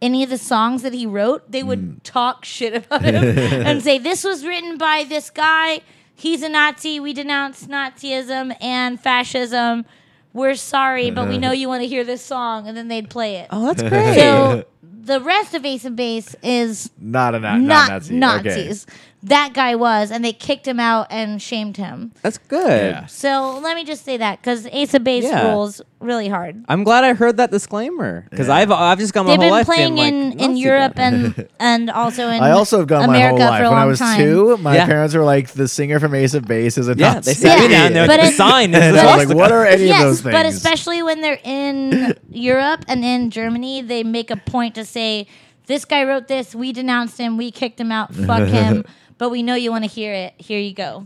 any of the songs that he wrote, they would talk shit about him and say, This was written by this guy. He's a Nazi. We denounce Nazism and fascism. We're sorry, but we know you want to hear this song. And then they'd play it. oh, that's great. So the rest of Ace of Base is not a na- not not Nazi. Nazis. That guy was, and they kicked him out and shamed him. that's good. Yeah. So let me just say that because Ace of Base Yeah. rules really hard. I'm glad I heard that disclaimer because Yeah. I've I've just got my They've whole been life playing being in, like, in Nazi Europe band. and and also in I also have gone America my whole life. for a When long I was time. two, my Yeah. parents were like, "The singer from Ace of Base is a yeah, Nazi." they sat me Yeah. down there But with the it- sign. and I was Is like, "What are any yes, of those things?" but especially when they're in Europe and in Germany, they make a point to say, "This guy wrote this. We denounced him. We kicked him out. Fuck him." But we know you want to hear it. Here you go.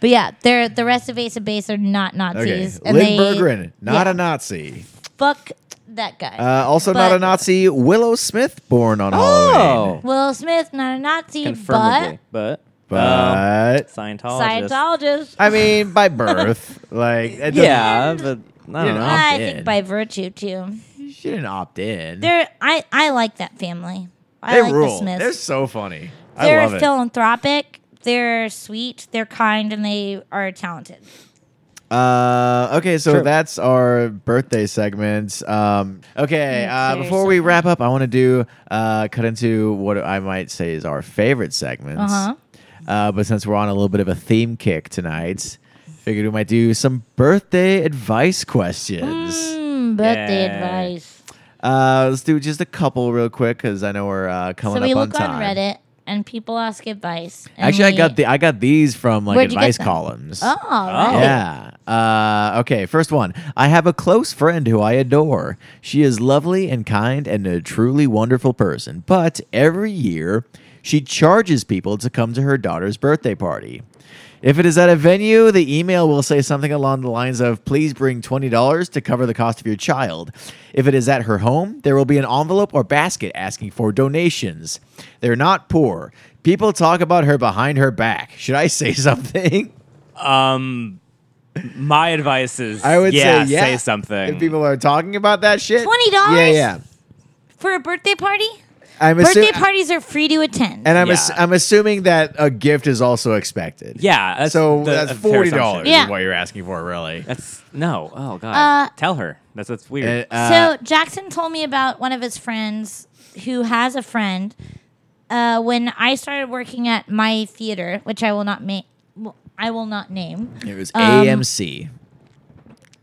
But yeah, they're the rest of Ace of Base are not okay, Nazis. Lynn and they- Berggren, not yeah. a Nazi. Fuck that guy. Uh, also, not But- a Nazi. Willow Smith, born on Halloween. Oh, Will Smith, not a Nazi, but confirmably, but um, But Scientologist. Scientologist. I mean, by birth, like it doesn't- Yeah, but I You don't know. know. I I'm think dead. by virtue too. she didn't opt in. They're I, I like that family. I they like rule. the Smiths. They're so funny. they're I love it. philanthropic. They're sweet. They're kind, and they are talented. Uh, okay, so Sure. that's our birthday segment. Um, okay, uh, very before we simple. wrap up, I want to do uh, cut into what I might say is our favorite segments. Uh-huh. Uh, but since we're on a little bit of a theme kick tonight, figured we might do some birthday advice questions. Mm, birthday Yeah. advice. Uh, let's do just a couple real quick because I know we're uh, So coming up we on look time. on Reddit, and people ask advice. and Actually, I we- got the I got these from like Where'd you get advice them? columns. Oh, right. Yeah. Uh, okay, first one. I have a close friend who I adore. She is lovely and kind and a truly wonderful person. But every year, she charges people to come to her daughter's birthday party. If it is at a venue, the email will say something along the lines of, please bring $20 to cover the cost of your child. If it is at her home, there will be an envelope or basket asking for donations. They're not poor. People talk about her behind her back. Should I say something? Um, my advice is I would yeah, say yeah. say something. If people are talking about that shit, $20? Yeah, yeah. For a birthday party? I'm Birthday assuming, parties are free to attend. and I'm Yeah. ass- I'm assuming that a gift is also expected. Yeah, that's so the- that's a fair forty assumption. dollars Yeah. is what you're asking for, really. That's no. Oh God. Uh, Tell her. That's that's weird. Uh, so Jackson told me about one of his friends who has a friend. Uh, when I started working at my theater, which I will not make, I will not name. It was Um, AMC.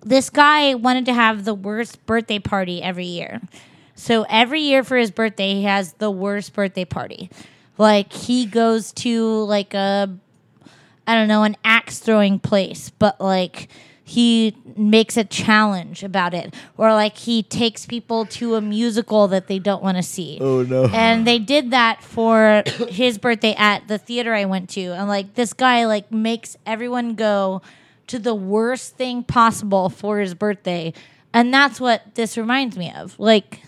this guy wanted to have the worst birthday party every year. So every year for his birthday, he has the worst birthday party. Like he goes to like a, I don't know, an axe throwing place, but like he makes a challenge about it, or like he takes people to a musical that they don't want to see. Oh no. And they did that for his birthday at the theater I went to. And like this guy like makes everyone go to the worst thing possible for his birthday. And that's what this reminds me of. Like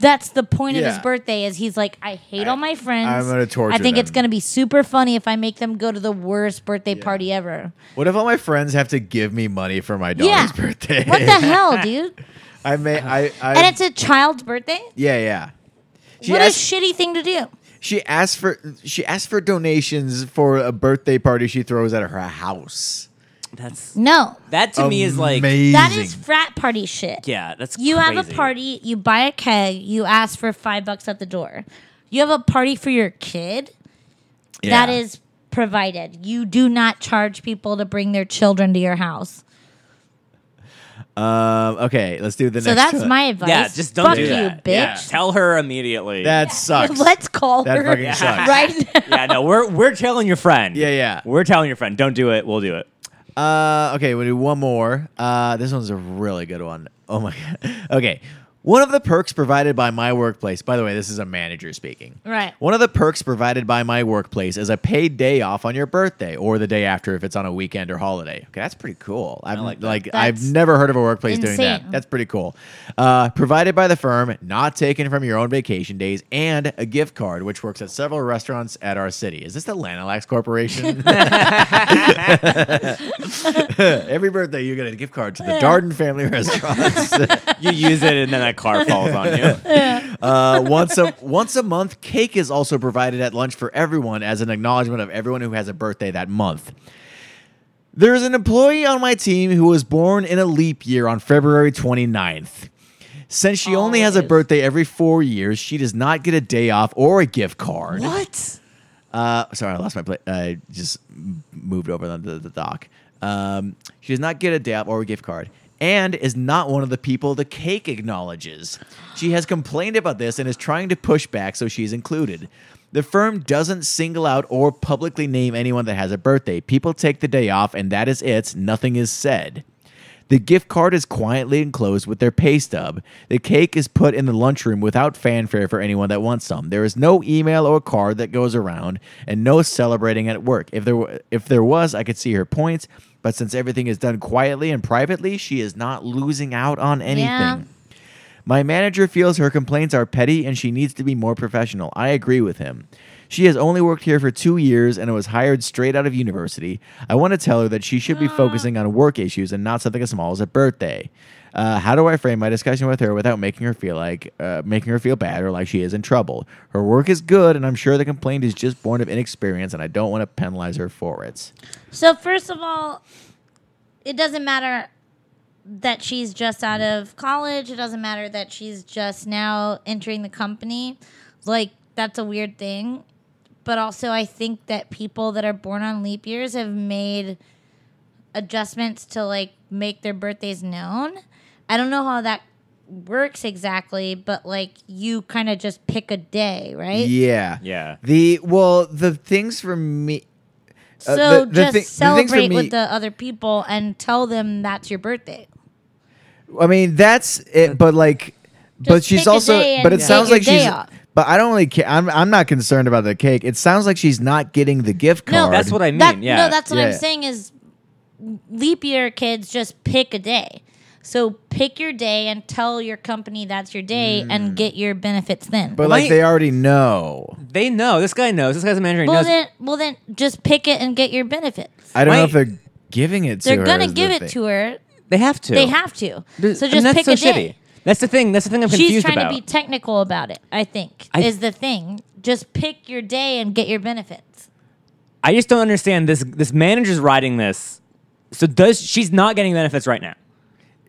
that's the point of his Yeah. birthday is he's like I hate all my friends. I'm gonna torture I think it's them." going to be super funny if I make them go to the worst birthday party ever. What if all my friends have to give me money for my daughter's Yeah. birthday? What the hell, dude? I may I, I And it's a child's birthday? yeah yeah. She what asked, a shitty thing to do. she asked for she asked for donations for a birthday party she throws at her house. that's No. that to me is like Amazing. That is frat party shit. yeah. That's You have a crazy. party, you buy a keg, you ask for five bucks at the door. You have a party for your kid that Yeah. is provided. You do not charge people to bring their children to your house. Um, okay, let's do the So next. that's one. my advice. Yeah, just don't Fuck do you, that. bitch. Yeah, Tell her immediately. That sucks. Let's call That her fucking sucks. right now. yeah, no, we're we're telling your friend. Yeah, yeah. We're telling your friend. Don't do it. We'll do it. Uh, okay, we'll do one more. Uh, this one's a really good one. Oh my god. Okay. One of the perks provided by my workplace, by the way, this is a manager speaking. Right. One of the perks provided by my workplace is a paid day off on your birthday or the day after if it's on a weekend or holiday. Okay, that's pretty cool. I've like like, that. I've That's never heard of a workplace doing insane. that. That's pretty cool. Uh, provided by the firm, not taken from your own vacation days, and a gift card, which works at several restaurants at our city. Is this the Lanalax Corporation? Every birthday, you get a gift card to the Darden family restaurants. You use it, and then that car falls on you. uh, once a once a month, cake is also provided at lunch for everyone as an acknowledgement of everyone who has a birthday that month. There is an employee on my team who was born in a leap year on February 29th. Since she only has a Always. birthday every four years, she does not get a day off or a gift card. What? Uh, sorry, I lost my place. I just m- moved over the, the, the dock. Um, she does not get a dab or a gift card and is not one of the people the cake acknowledges. She has complained about this and is trying to push back so she's included. The firm doesn't single out or publicly name anyone that has a birthday. People take the day off and that is it. Nothing is said. The gift card is quietly enclosed with their pay stub. The cake is put in the lunchroom without fanfare for anyone that wants some. There is no email or card that goes around, and no celebrating at work. If there w- if there was, I could see her points, but since everything is done quietly and privately, she is not losing out on anything. Yeah. My manager feels her complaints are petty and she needs to be more professional. I agree with him. She has only worked here for two years and was hired straight out of university. I want to tell her that she should be focusing on work issues and not something as small as a birthday. Uh, how do I frame my discussion with her without making her feel like uh, making her feel bad or like she is in trouble? Her work is good, and I'm sure the complaint is just born of inexperience, and I don't want to penalize her for it. So first of all, it doesn't matter that she's just out of college. It doesn't matter that she's just now entering the company. Like that's a weird thing. But also I think that people that are born on leap years have made adjustments to like make their birthdays known. I don't know how that works exactly, but like you kind of just pick a day, right? Yeah, Yeah. The well, the things for me. Uh, So the- the just thi- the things for celebrate me- with the other people and tell them that's your birthday. I mean, that's it, but like, but Just pick she's a also, day but and it take sounds your like day she's. off. But I don't really care. I'm, I'm not concerned about the cake. It sounds like she's not getting the gift No, card. That's what I mean. That, yeah. No, that's what I'm Yeah. saying is leap year kids just pick a day. So pick your day and tell your company that's your day and get your benefits then. Mm. But Well, like, my- they already know. They know. This guy knows. This guy's a manager. He well knows. then, well then, just pick it and get your benefits. I don't know my- if they're giving it to They're her. gonna is the give it thing. to her. They have to. They have to. Th- So and just that's pick so a day. shitty. That's the thing. That's the thing I'm confused She's trying about. to be technical about it, I think, I- is the thing. Just pick your day and get your benefits. I just don't understand this. This manager's writing this, so does she's not getting benefits right now?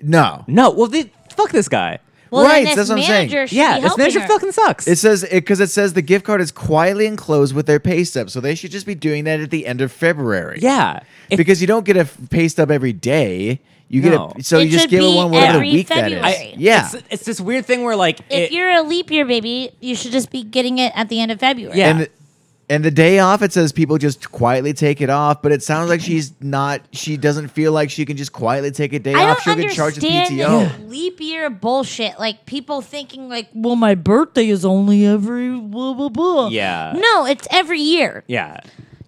No. No. Well, the, fuck this guy. Well, then Right, this that's what I'm saying. manager should Yeah, be this helping manager her. fucking sucks. It says it because it says the gift card is quietly enclosed with their pay stub, so they should just be doing that at the end of February. yeah. If- because you don't get a f- pay stub every day. You No. get a, so It you just should give it be one whatever every week that is. February. I- yeah, It's, it's this weird thing where like If it- you're a leap year baby, you should just be getting it at the end of February. Yeah. and and the day off it says people just quietly take it off, but it sounds like she's not. She doesn't feel like she can just quietly take a day I off. don't She'll get charged with understand PTO. this leap year bullshit. Like people thinking like, well, my birthday is only every blah blah blah. Yeah. No, it's every year. yeah,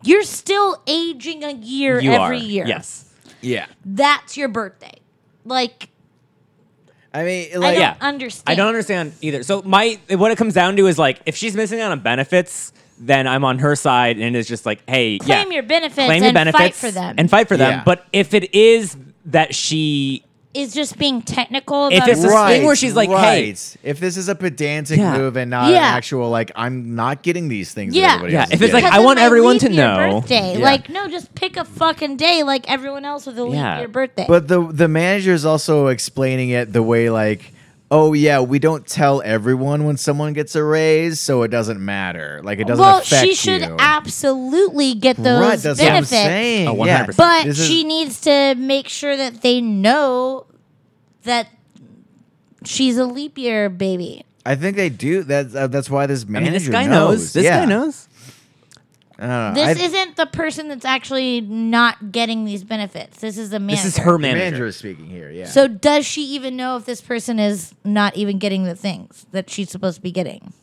You're still aging a year you every are. year. Yes. Yeah, That's your birthday. Like I mean, I like don't yeah. understand. I don't understand either. So my what it comes down to is like if she's missing out on benefits, then I'm on her side and it's just like, hey, claim yeah, your benefits claim and your benefits fight for them. and fight for them. Yeah. But if it is that she is just being technical. If About it's a it. Right. thing where she's like, hey- right. if this is a pedantic Yeah. move and not Yeah. an actual, like, I'm not getting these things. that Yeah. everybody Yeah, else is if it's getting. like, Because I of want my everyone leap to year know. Birthday. Yeah. Like, no, just pick a fucking day like everyone else with a leap Yeah. year birthday. But the the manager is also explaining it the way like, oh yeah, we don't tell everyone when someone gets a raise, so it doesn't matter. Like it doesn't well, affect she should you. absolutely get those right, that's what I'm benefits. saying. Oh, yeah. 100%. But This is- she needs to make sure that they know that she's a leap year baby. I think they do. That's uh, that's why this I manager mean, this guy knows. knows. This yeah. guy knows. I don't know. This Uh, I- isn't the person that's actually not getting these benefits. This is the This manager. is her the manager. manager is speaking here. Yeah. So does she even know if this person is not even getting the things that she's supposed to be getting?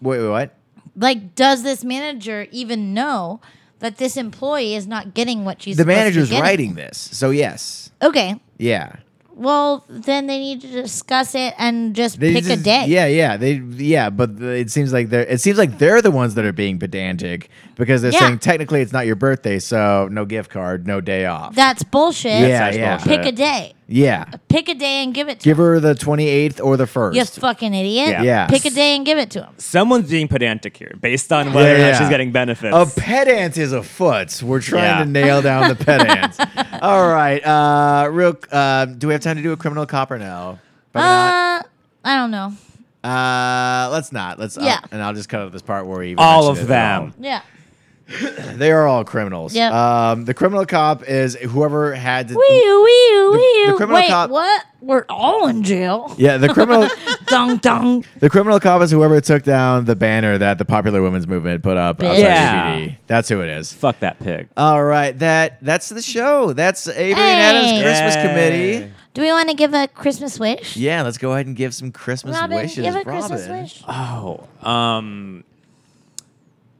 wait, wait, what? Like, does this manager even know that this employee is not getting what she's The supposed to be manager's getting? writing this, so yes, Okay. yeah. Well, then they need to discuss it and just They pick a just- day. Yeah, yeah, they yeah, but the- it seems like they're it seems like they're the ones that are being pedantic because they're Yeah. saying technically it's not your birthday, so no gift card, no day off. That's bullshit. Yeah, such yeah, bullshit. Pick a day. yeah. Pick a day and give it to Give him. her the twenty eighth or the first. You fucking idiot. Yeah. Yeah. Pick a day and give it to him. Someone's being pedantic here based on whether or yeah. not she's getting benefits. A pedant is a foot. We're trying Yeah. to nail down the pedant. All right, uh, real. Uh, do we have time to do a criminal cop or no? Probably not. Uh, I don't know. Uh, let's not. Let's. yeah. and I'll just cut out this part where we even All mentioned of it at them. Yeah. all. They are all criminals. Yep. Um, the criminal cop is whoever had to. Wee wee the wee. criminal Wait, cop- what? We're all in jail. Yeah, the criminal. Dong dong. The criminal cop is whoever took down the banner that the popular women's movement put up. outside Yeah. CBD. That's who it is. Fuck that pig. All right, that that's the show. That's Avery and Hey. Adam's Christmas Yay. committee. Do we want to give a Christmas wish? Yeah, let's go ahead and give some Christmas Robin, wishes. give a Robin. Christmas wish. Oh, um,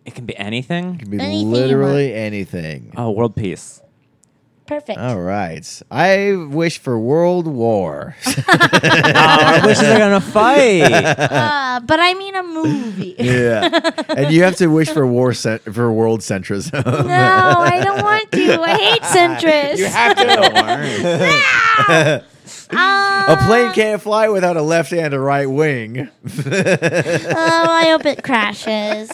it can be anything. Can be Anything you literally anything. Oh, world peace. Perfect. All right, I wish for world war. Ah, Our wishes are gonna fight. Uh, but I mean a movie. yeah, and you have to wish for war cent- for world centrism. No, I don't want to. I hate centrist. have to. Uh, a plane can't fly without a left and a right wing. oh, I hope it crashes.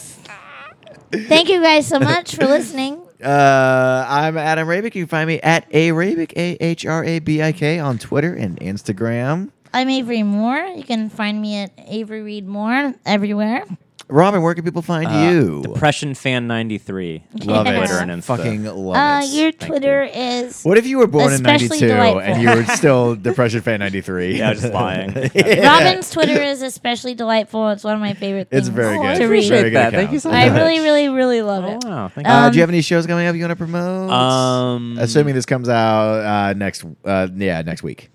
Thank you guys so much for listening. Uh, I'm Adam Rabick. You can find me at A Rabick, A H R A B I K, on Twitter and Instagram. I'm Avery Moore. You can find me at Avery Reed Moore everywhere. Robin, where can people find Uh, you? Depression fan ninety three. love it. Twitter and Insta. Fucking love Uh, it. your Twitter is what if you were born Especially in 92 and delightful. you were still Depression Fan 93? Yeah, I was just lying. Robin's Twitter is especially delightful. It's one of my favorite things. It's very good. To read. appreciate Very good that. Thank you so I much. really, really, really love Oh, it. wow. Thank Uh, do Um, you have any shows coming up you want to promote? you. Um, Assuming this comes out uh, next, uh, yeah, next week.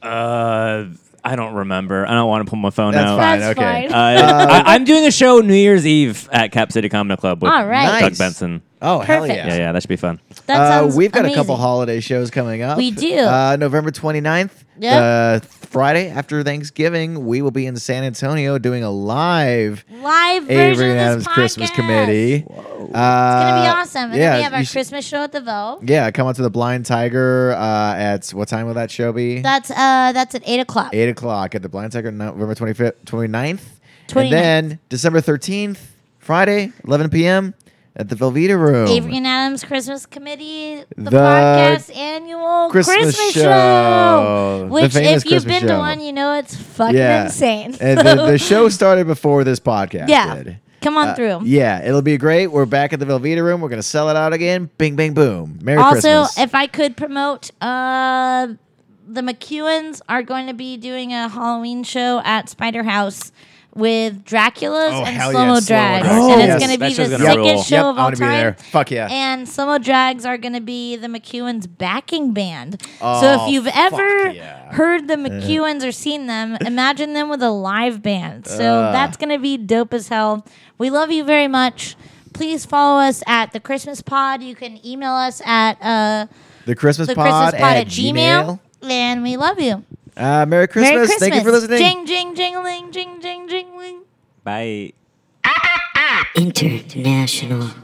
uh, I don't remember. I don't want to pull my phone That's out. fine. Um, That's okay. fine. Uh, I, I'm doing a show New Year's Eve at Cap City Comedy Club with All right. Doug Nice. Benson. Oh hell Perfect. yeah! Yeah, yeah, that should be fun. That Uh, sounds we've got a couple amazing. holiday shows coming up. We do. Uh, November 29th, Yep. uh, Friday after Thanksgiving, we will be in San Antonio doing a live live version Avery of this and Adams Christmas podcast. Committee. It's gonna be Uh, awesome. And yeah, then we have you our should- Christmas show at the Vogue. Yeah, come out to the Blind Tiger uh, at what time will that show be? That's uh that's at eight o'clock. 8 o'clock at the Blind Tiger, November 25th, 29th. 29th. And then December 13th, Friday, 11 p.m. at the Velveeta Room. Avery and Adams Christmas Committee, the, Oh The podcast annual Christmas Christmas, show. show. The Which, famous if you've Christmas been to show. one, you know it's fucking insane. And the, the show started before this podcast yeah, did. come on Uh, through. yeah, it'll be great. We're back at the Velveeta Room. We're going to sell it out again. Bing, bang, boom. Merry also, Christmas. if I could promote, uh, the McEwens are going to be doing a Halloween show at Spider House with Dracula's Oh, and hell slow yeah, mo Slow-mo drags, drags. and Yes, it's going to that be show's the gonna sickest rule. show Yep, of I all wanna be there. time. Fuck yeah. And slow mo drags are going to be the McEwens backing band. so Oh, if you've fuck ever yeah. heard the McEwens or seen them, imagine them with a live band. So Uh. that's going to be dope as hell. We love you very much. Please follow us at the Christmas Pod. You can email us at uh, the Christmas, the pod, Christmas Pod at, at, Gmail. And we love you. Uh, Merry Christmas. Merry Christmas. Thank you for listening. Jing, jing, jingling, jing, jing, jingling. Bye. International